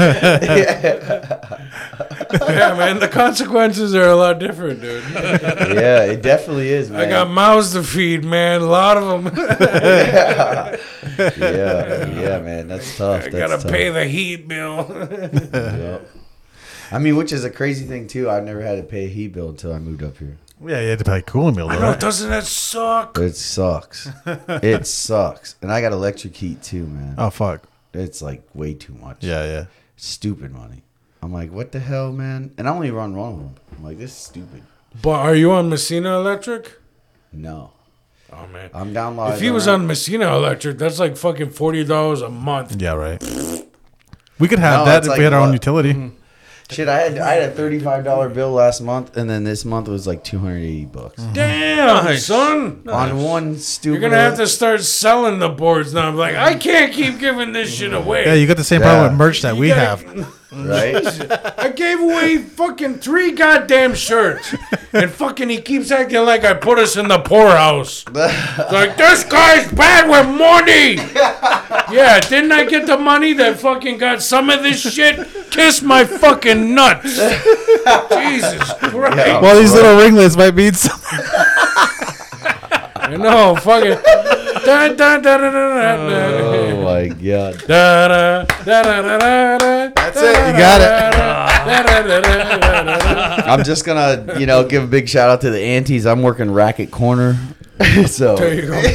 A: man. The consequences are a lot different, dude.
B: Yeah, it definitely is, man.
A: I got mouths to feed, man. A lot of them.
B: yeah, yeah, man. That's tough.
A: I
B: That's
A: gotta
B: tough.
A: pay the heat bill.
B: Yep. I mean, which is a crazy thing too. I've never had to pay a heat bill until I moved up here.
C: Yeah, you had to pay cooling meal. though,
A: no,
C: right?
A: doesn't that suck?
B: It sucks. it sucks. And I got electric heat too, man.
C: Oh fuck.
B: It's like way too much.
C: Yeah, yeah.
B: Stupid money. I'm like, what the hell, man? And I only run one of them. I'm like, this is stupid.
A: But are you on Messina Electric?
B: No.
A: Oh man.
B: I'm down live.
A: If he was on Messina Electric, that's like fucking forty dollars a month.
C: Yeah, right. We could have
B: No,
C: that
B: it's
C: if
B: like
C: we had our own
B: what-
C: utility.
B: Shit, I had I had a thirty five dollar bill last month and then this month was like two hundred and eighty bucks.
A: Damn,
D: Nice.
A: son.
B: On one stupid
A: Mm-hmm. You're gonna have to start selling the boards now. I'm like, I can't keep giving this shit away.
C: Yeah, you got the same problem
B: Yeah.
C: with merch that
A: You
C: we
A: gotta-
C: have.
B: right?
A: I gave away fucking three goddamn shirts, and fucking he keeps acting like I put us in the poorhouse. It's like this guy's bad with money. yeah, didn't I get the money that fucking got some of this shit? Kiss my fucking nuts. Jesus Christ.
C: Well, these little ringlets might mean something.
A: No, fucking. Da, da, da, da, da, da, da.
B: Oh my god.
A: That's
C: it, you got
A: it.
B: I'm just gonna, you know, give a big shout out to the aunties. I'm working racket corner. so
A: There you go.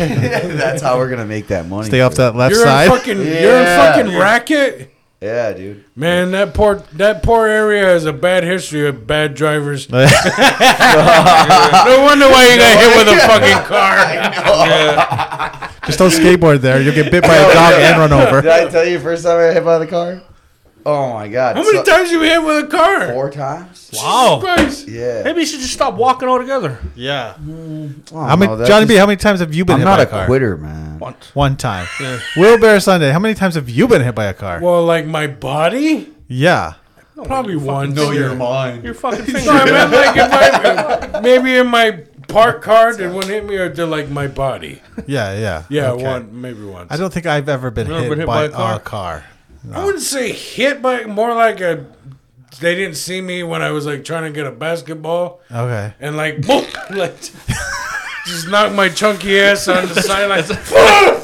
B: that's how we're gonna make that money.
C: Stay off that left
A: You're in
C: side.
A: fucking, you're in
B: Yeah.
A: fucking racket,
B: Yeah, dude.
A: man. That poor, that poor area has a bad history of bad drivers. no wonder why you got hit with a fucking car.
C: Just don't skateboard there. You'll get bit by a dog and run
B: Did
C: over.
B: I tell you first time I got hit by the car? Oh my god.
A: How many
B: So-
A: times you hit with a car?
B: Four times?
D: Wow.
A: Christ.
B: Yeah.
D: Maybe you should just stop walking altogether.
C: Yeah.
B: Oh,
C: How many,
B: no, that's
C: Johnny B?
B: just-
C: How many times have you been
B: I'm
C: hit
B: not
C: by
B: a
C: a car?
B: quitter, man.
D: Once.
C: One time. Will Bear Sunday. How many times have you been hit by a car?
A: Well, like my body,
C: yeah.
A: probably once. No,
E: Your mind.
D: Your fucking
A: No, I
D: finger.
A: meant like if I, maybe in my park car did one hit me or did like my body.
C: Yeah. Yeah.
A: Yeah,
C: Okay.
A: one maybe once.
C: I don't think I've ever been, hit,
D: been hit
C: by,
D: by a car?
C: a car.
A: I wouldn't say hit, but more like a. They didn't see me when I was like trying to get a basketball,
C: Okay.
A: and like boom, like just knocked my chunky ass on the sideline.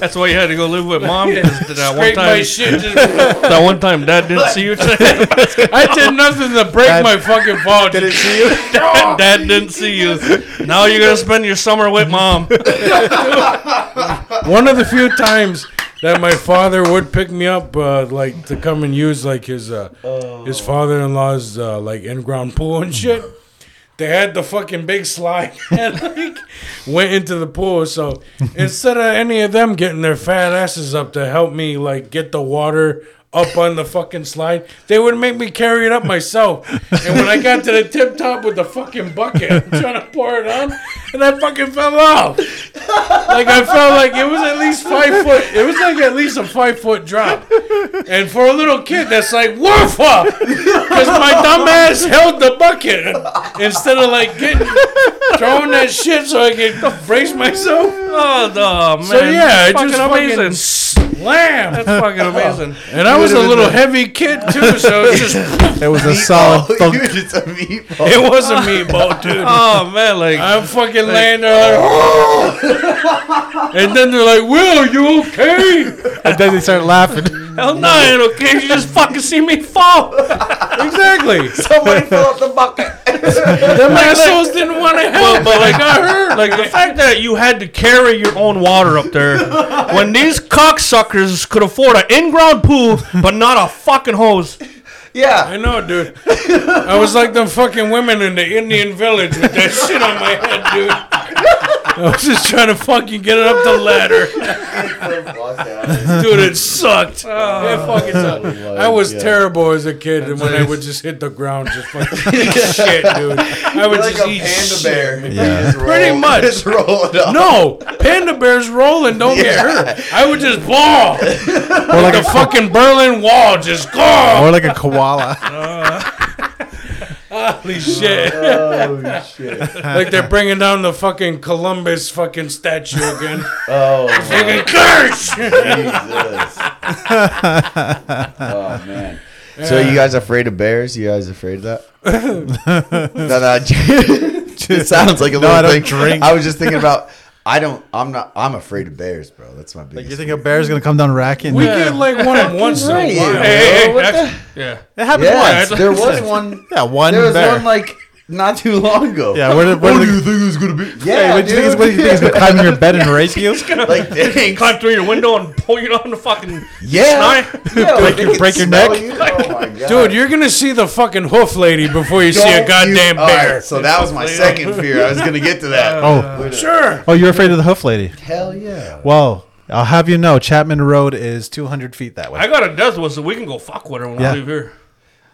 D: That's why you had to go live with mom. 'cause That uh, one
A: Break my
D: time,
A: shit. Just,
D: that one time, dad didn't see you.
A: I did nothing to break my fucking ball.
C: Did it
A: Just-
C: see you?
D: Dad didn't see you. Now you're gonna spend your summer with mom.
A: One of the few times that my father would pick me up, uh, like to come and use like his uh, his father in law's uh, like in ground pool and shit. They had the fucking big slide, and like went into the pool. So instead of any of them getting their fat asses up to help me like get the water up on the fucking slide, they would make me carry it up myself. And when I got to the tip top with the fucking bucket, I'm trying to pour it on, and I fucking fell off. Like I felt like it was at least five foot. It was like at least a five foot drop. And for a little kid, that's like woofa, because my dumb ass held the bucket instead of like getting throwing that shit so I could brace myself.
D: Oh, no, man.
A: So yeah,
D: That's
A: it just fucking
D: amazing.
A: slammed.
D: That's fucking amazing.
A: And I was a little heavy kid too, so it's just
C: It was a solid
B: Oh,
C: thunk.
B: you just a meatball.
A: it was a meatball, dude.
D: Oh, man, like.
A: I'm fucking laying there like, "Oh!" and then they're like, "Will, you okay?"
C: And then they start laughing.
D: Hell no, ain't okay. You just fucking see me fall.
A: Exactly.
B: Somebody fill up the bucket.
A: The assholes didn't want to help,
D: But like I heard, like the fact that you had to carry your own water up there, when these cocksuckers could afford an in-ground pool but not a fucking hose.
A: I
B: Yeah.
A: know, dude. I was like them fucking women in the Indian village with that shit on my head, dude. I was just trying to fucking get it up the ladder. Dude, it sucked. it fucking sucked. I was terrible as a kid and when I would just hit the ground, just fucking eat shit, dude. I would
B: You're like
A: just
B: a
A: eat
B: panda
A: shit.
B: bear.
C: Yeah.
B: You just roll-
A: Pretty much.
B: Just roll it up.
A: No, panda bears rolling don't get hurt. I would just ball
C: Or like
A: the
C: a
A: fucking Berlin Wall, just go.
C: or like a koala.
A: Holy shit!
B: Oh shit.
A: like they're bringing down the fucking Columbus fucking statue again.
B: Oh my
A: Fucking curse!
B: Jesus. oh man. So you guys afraid of bears? You guys afraid of that? no, no. it sounds like a
C: No,
B: little
C: I don't
B: thing.
C: drink.
B: I was just thinking about. I don't. I'm not. I'm afraid of bears, bro. That's my biggest.
C: You think a bear's gonna come down racking?
A: We get like one once
B: right,
A: in a while.
B: yeah.
A: Hey,
D: Hey,
A: hey,
D: that's- yeah.
C: It happened
B: yeah,
C: once.
B: there was one.
C: Yeah, one
B: There was
C: bear.
B: one like not too long ago.
C: yeah, where did where did
B: think it's gonna be?
C: Hey,
B: Yeah,
C: what do you think is
B: dude.
C: what do you think is gonna climb in your bed and rape you?
B: like thanks.
D: Climb through your window and pull you down the fucking.
B: Yeah.
D: Snide.
B: yeah like,
C: Break
B: they
C: your-
B: can
C: break your
B: smell
C: neck.
B: you. Oh my god,
A: dude, you're gonna see the fucking hoof lady before you see a
B: Don't
A: goddamn
B: you- all
A: bear.
B: right, so that was my second fear. I was gonna get to that.
C: Oh,
A: Sure.
C: oh, you're afraid of the hoof lady?
B: hell yeah.
C: Well, I'll have you know, Chapman Road is 200 feet that way.
D: I got a death whistle. We can go fuck with her when
C: Yeah.
D: we leave here.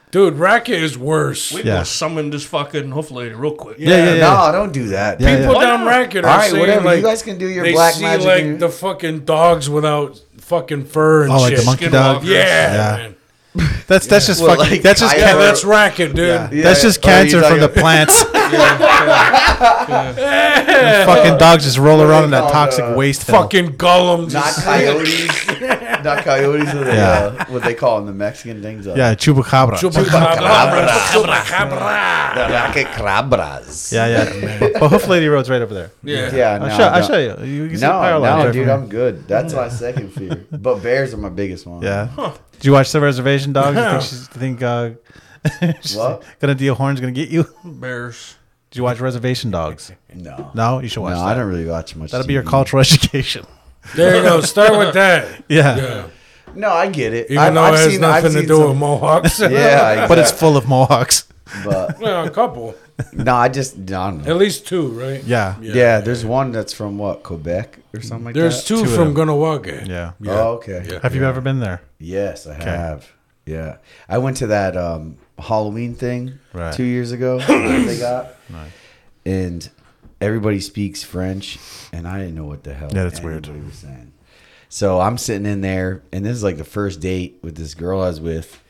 A: Dude, racket is worse.
D: We
A: People
D: can
C: Yeah.
D: go summon this fucking hoof lady real quick.
C: yeah, yeah, yeah.
B: No, don't do that.
C: Yeah, yeah.
D: Why
A: down
D: not?
A: racket are
B: All right,
A: saying,
B: whatever.
A: like
B: you guys can do your
A: they
B: black
A: see
B: magic.
A: like
B: and-
A: the fucking dogs without fucking fur and
C: Oh, like
A: shit.
C: the monkey dog.
D: Skinwalker.
A: yeah,
C: Yeah.
A: man.
C: That's that's just
B: Well,
C: fucking.
B: like,
C: that's just
B: I-
C: ca-
A: Yeah, that's racket, dude.
B: Yeah.
C: that's just
B: Oh, you
C: cancer
B: talking-
C: from the plants. And fucking dogs just roll around in that
B: call
C: toxic
B: the-
C: waste. hill.
A: Fucking golems.
B: not coyotes. not coyotes. Are they, uh, what they call them, the Mexican things. Uh,
C: Yeah, chupacabra.
A: Chupacabra.
D: Chupacabra.
A: Chupacabra.
B: The racacabras.
C: yeah, yeah. but Hoof Lady Road's right over there.
D: Yeah.
B: Yeah. No,
C: I'll, show, I'll
B: no.
C: show you. You can see the
B: No,
C: power lines
B: no,
C: right
B: dude,
C: from
B: I'm
C: here.
B: good. That's my second fear. But bears are my biggest one.
C: Yeah. Did you watch The Reservation Dogs? You think, she's, you think uh, she's
B: What?
C: gonna deal horn's gonna get you? Did
D: Bears.
C: you watch Reservation Dogs?
B: No.
C: No, you should watch
B: No,
C: that.
B: I don't really watch much.
C: That'll be your
B: TV.
C: cultural education.
A: There you go. Start with that.
C: Yeah.
A: Yeah.
B: No, I get it.
A: Even
B: I've,
A: though
B: I've
A: it has
B: seen,
A: nothing
B: I've
A: to
B: seen
A: do
B: some-
A: with Mohawks.
B: Yeah,
C: But it's full of Mohawks.
B: but
A: Well, a couple.
B: no, I just I don't know.
A: At least two, right?
C: Yeah.
B: Yeah, there's one that's from what Quebec or something like
A: There's
B: that.
A: two,
C: Two of
A: from
C: them.
A: Gunawaga.
C: Yeah.
B: Oh, okay.
A: Yeah.
C: Have you ever been there?
B: Yes, I have. Yeah, I went to that um, Halloween thing
C: Right.
B: two years ago. that they got, and everybody speaks French, and I didn't know what the hell.
C: Yeah, that's weird.
B: anybody was saying. So I'm sitting in there, and this is like the first date with this girl I was with,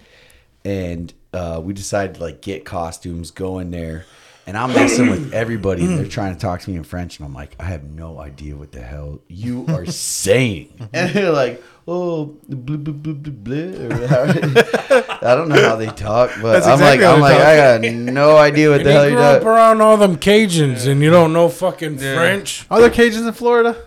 B: and uh, we decided to like get costumes, go in there, and I'm messing with everybody, and they're trying to talk to me in French, and I'm like, I have no idea what the hell you are saying, and they're like, oh, blah, blah, blah, blah, blah. or however- I don't know how they talk, but
C: That's
B: I'm like,
C: exactly how
B: I'm
C: they
B: like,
C: talk.
B: I got no idea what
A: And
B: the hell
A: you
B: you
A: grew up
B: do.
A: around all them Cajuns and you don't know fucking French.
C: Are there Cajuns in Florida?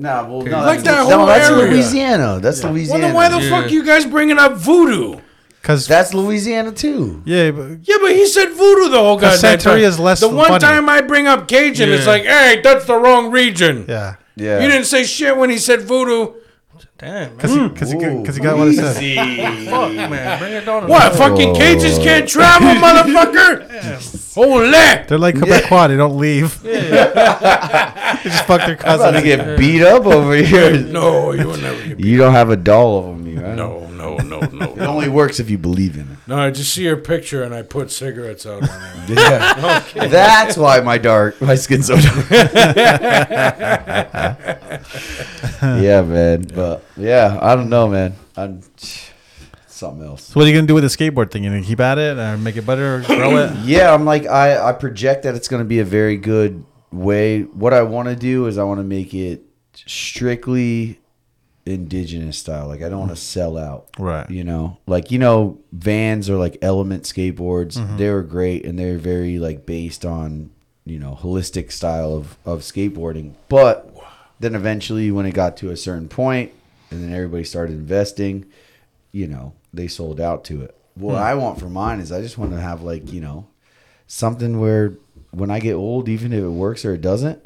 B: Nah, well, no,
A: Like
B: that's-
A: that
B: no,
A: whole
B: that's
A: area.
B: Louisiana. That's
A: Wonder why the
B: Louisiana.
A: fuck you guys bringing up voodoo?
C: Because
B: That's Louisiana too.
C: yeah, but
A: Yeah, but he said voodoo the whole
C: Because
A: goddamn time.
C: Santeria is less
A: the
C: than
A: one
C: funny.
A: time I bring up Cajun, it's
D: Yeah.
A: like, hey, that's the wrong region.
C: yeah,
B: Yeah,
A: You didn't say shit when he said voodoo.
D: Damn, man.
C: Because he, cause he, got- 'cause he got what it said.
D: Fuck, man. Bring it down. a
A: What
D: notch.
A: fucking cages can't travel, motherfucker? Holy!
C: They're like Quebecois. They don't leave. they just fuck their
B: I'm about
C: cousin.
B: to get beat up over here.
A: No, you will never. Get
B: You don't have a doll of me, right?
A: no, no, no, no.
B: It
A: no.
B: only works if you believe in it.
A: No, I just see her picture and I put cigarettes out on her.
B: Yeah. That's why my dark, my skin's so dark. yeah, man. But yeah, I don't know, man. I'm something else.
C: So what are you gonna do with the skateboard thing? You gonna keep at it or make it better or grow it?
B: Yeah, I'm like I I project that it's going to be a very good way. What I want to do is I want to make it strictly indigenous style. Like I don't want to sell out.
C: Right.
B: You know, like you know, vans or like element skateboards. They were great and they're very like based on you know holistic style of of skateboarding. But then eventually, when it got to a certain point, and then everybody started investing, you know, they sold out to it. What I want for mine is I just want to have like you know something where when I get old, even if it works or it doesn't,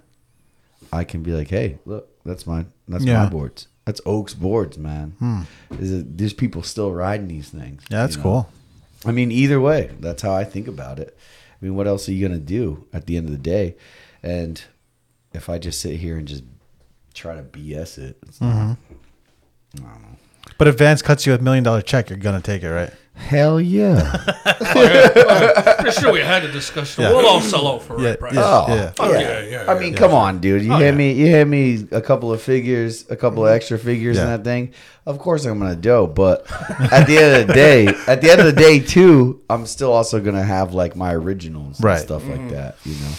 B: I can be like, hey, look, that's mine. That's
C: Yeah. Hmm.
B: my boards. That's Oaks boards, man. Is it, there's people still riding these things.
C: Yeah, that's
B: you know?
C: cool.
B: I mean, either way, that's how I think about it. I mean, what else are you gonna do at the end of the day? And if I just sit here and just try to BS it, it's
C: Hmm.
B: not- I don't know.
C: But if Vance cuts you a million dollar check, you're gonna take it, right?
B: Hell yeah!
D: Pretty sure we had a discussion.
C: Yeah.
D: We'll all sell out for right price.
B: Oh,
C: yeah.
B: yeah.
A: yeah, yeah, Oh,
B: I mean, come on, dude. You hit me. You hit me a couple of figures, a couple
A: Mm-hmm.
B: of extra figures in
C: Yeah.
B: that thing. Of course, I'm gonna do. But at the end of the day, at the end of the day, too, I'm still also gonna have like my originals
C: Right.
B: and stuff
A: Mm-hmm.
B: like that. You know,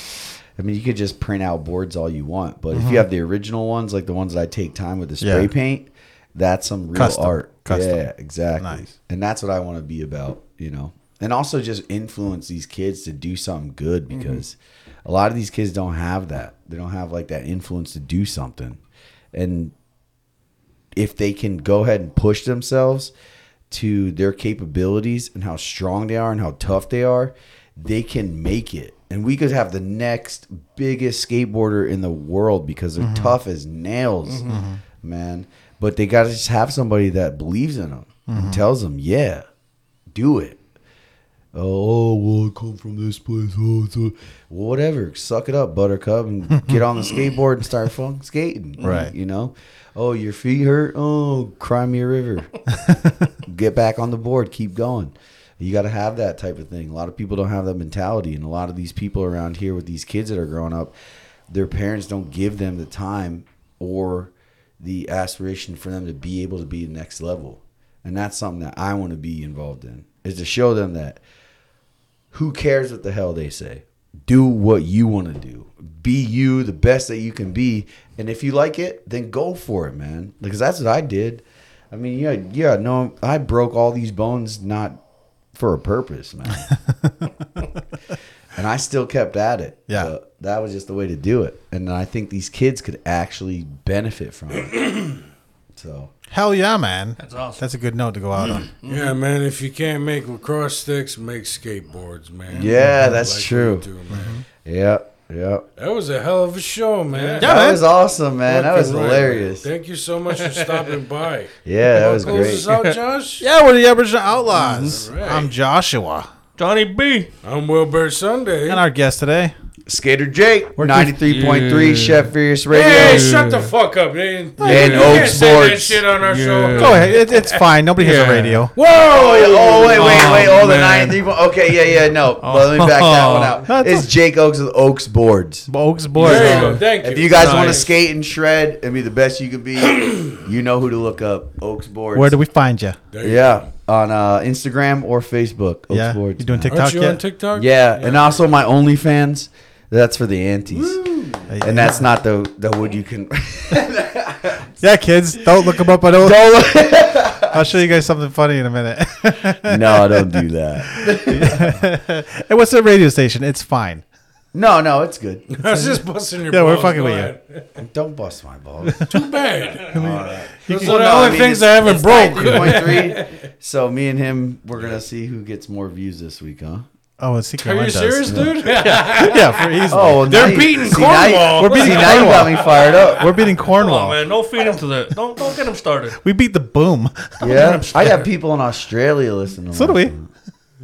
B: I mean, you could just print out boards all you want, but if you have the original ones, like the ones that I take time with the spray
C: Mm-hmm. Yeah.
B: paint, that's some real
C: Custom.
B: art.
C: Custom.
B: Yeah, exactly.
C: Nice.
B: And that's what I want to be about, you know. And also just influence these kids to do something good because a lot of these kids don't have that. They don't have like that influence to do something. And if they can go ahead and push themselves to their capabilities and how strong they are and how tough they are, they can make it. And we could have the next biggest skateboarder in the world because they're tough as nails, man. But they got to just have somebody that believes in them and tells them, yeah, do it. Oh, well, I come from this place. Oh, it's a-" whatever. Suck it up, buttercup, and get on the skateboard and start fun skating.
C: Right.
B: You know? Oh, your feet hurt? Oh, cry me a river. get back on the board. Keep going. You got to have that type of thing. A lot of people don't have that mentality. And a lot of these people around here with these kids that are growing up, their parents don't give them the time or the aspiration for them to be able to be the next level. And that's something that I want to be involved in is to show them that who cares what the hell they say? Do what you want to do. Be you, the best that you can be. And if you like it, then go for it, man. Because that's what I did. I mean, yeah, yeah, no, I broke all these bones not for a purpose, man. and I still kept at it.
C: Yeah.
B: But that was just the way to do it. And I think these kids could actually benefit from it. so,
C: Hell yeah, man. That's
D: awesome.
C: That's a good note to go out on.
A: Yeah, man. If you can't make lacrosse sticks, make skateboards, man.
B: Yeah, that's
A: what
B: true.
A: you do, man.
B: yeah, yeah.
A: That was a hell of a show, man.
B: that was awesome, man. That was
A: Fucking right,
B: hilarious.
A: man. Thank you so much for stopping by.
B: Yeah, that was
A: Close
B: great.
A: us out, Josh.
C: Yeah, we're the Aboriginal Outlaws.
A: All right.
C: I'm Joshua.
D: Johnny B.
A: I'm Wilbur Sunday.
C: And our guest today.
B: Skater Jake, ninety-three point three, Chef Fierce Radio,
A: Hey, shut the fuck up, man.
B: and
A: You can't
B: Oaks
A: say that
B: Boards.
A: shit on our show.
C: Go ahead. It, it's fine. Nobody hears a radio.
B: Whoa! Oh wait, wait, wait!
D: Oh,
B: Oh, the
D: man.
B: ninety-three. point- Okay, yeah, yeah, no. Well, let me back that one out.
C: That's
B: it's Jake Oaks with Oaks Boards.
C: Oaks boys.
A: There you go. Thank you.
B: If you guys want to
A: Nice.
B: skate and shred and be the best you can be, you know who to look up. Oaks Boards.
C: Where do we find you?
A: There you
B: Yeah, on uh, Instagram or Facebook. Oaks
C: Yeah.
B: Boards.
C: you doing
B: man.
A: go. Aren't
C: TikTok
A: you
C: yet?
A: on TikTok?
B: Yeah, and also my OnlyFans. That's for the aunties, and that's not the the wood you can.
C: Yeah, kids. Don't look them up. I don't.
B: Don't look-
C: I'll show you guys something funny in a minute.
B: no, don't do that.
C: hey, what's the radio station? It's fine.
B: No, no, it's good.
A: I was just busting your
C: Yeah, we're
A: balls.
C: fucking
A: Go
C: with you.
A: ahead.
B: Don't bust my balls.
A: Too bad. Those
B: Well,
A: are the
B: no, I
A: only
B: mean,
A: things
B: it's-
A: I haven't
B: it's
A: broke.
B: 93.3. so me and him, we're gonna see who gets more views this week, huh?
C: Oh, it's Secret
A: Are you
C: One does.
A: serious, dude?
C: Yeah, for easily.
B: Oh,
D: They're
B: now you-
D: beating
B: see, now you-
D: Cornwall.
C: We're beating
B: see, now you got me fired up.
C: We're beating
D: Come
C: Cornwall.
D: on, man. Don't feed him to the. Don't don't get him started.
C: we beat the boom.
B: Yeah, I got people in Australia listening. To
C: so do we.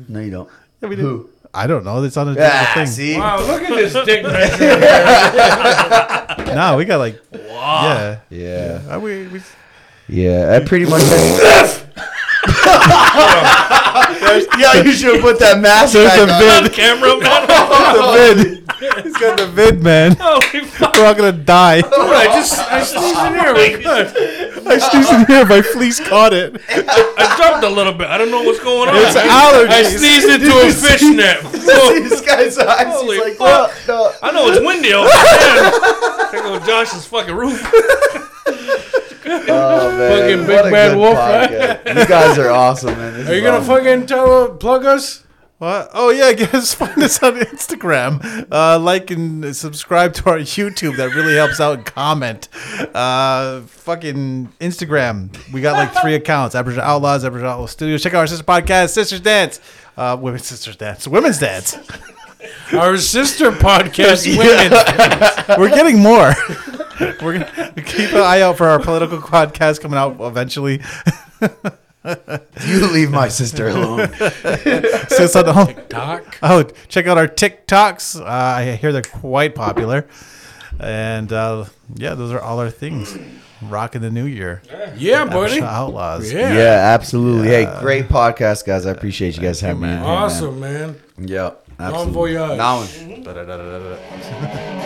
B: No, you don't.
C: Yeah, we did. I don't know. It's on a different
B: Ah,
C: thing.
B: see,
A: Wow, look at this dick measure.
C: No, we got like. Wow.
B: yeah,
C: Yeah. Are we, we,
B: yeah. I pretty much. yeah, you should have put that mask
C: there's
B: back
C: a
B: on.
D: On
C: vid.
D: camera, man.
C: the vid. He's got the vid, man.
D: Holy fuck.
C: We're all gonna die.
A: Dude, I just I sneezed in here. Wait, look.
C: I sneezed in here. My fleece caught it.
D: I jumped a little bit. I don't know what's going on.
C: It's
D: I
C: allergies.
D: sneezed into a fishnet.
B: this guy's eyes.
D: Holy
B: He's like,
D: fuck.
B: "No, no."
D: I know it's windy over there. There go Josh's fucking roof.
B: Oh, man.
A: Fucking
B: what
A: Big
B: a
A: Bad
B: good
A: Wolf,
B: podcast. You guys are awesome, man. This
A: Are
B: is
A: you gonna
B: awesome.
A: fucking tell plug us?
C: What? Oh yeah, guys, find us on Instagram. Uh, like and subscribe to our YouTube. That really helps out. And comment. Uh, fucking Instagram. We got like three accounts: Aboriginal Outlaws, Aboriginal Outlaw Studios. Check out our sister podcast, Sisters Dance. Uh, women's sisters dance, women's dance.
A: Our sister podcast, Women.
C: We're getting more. We're gonna keep an eye out for our political podcast coming out eventually.
B: You leave my sister alone.
C: So it's on the home.
A: Doc.
C: Oh, check out our TikToks. Uh, I hear they're quite popular. And uh, yeah, those are all our things. Rocking the new year.
A: Yeah, buddy.
C: Aboriginal Outlaws.
A: Yeah.
B: Yeah, absolutely. Hey, great podcast, guys. I appreciate you guys having me. in here, man.
A: Awesome, man.
B: Yeah.
A: voyage.
B: Now,
C: Da-da-da-da-da.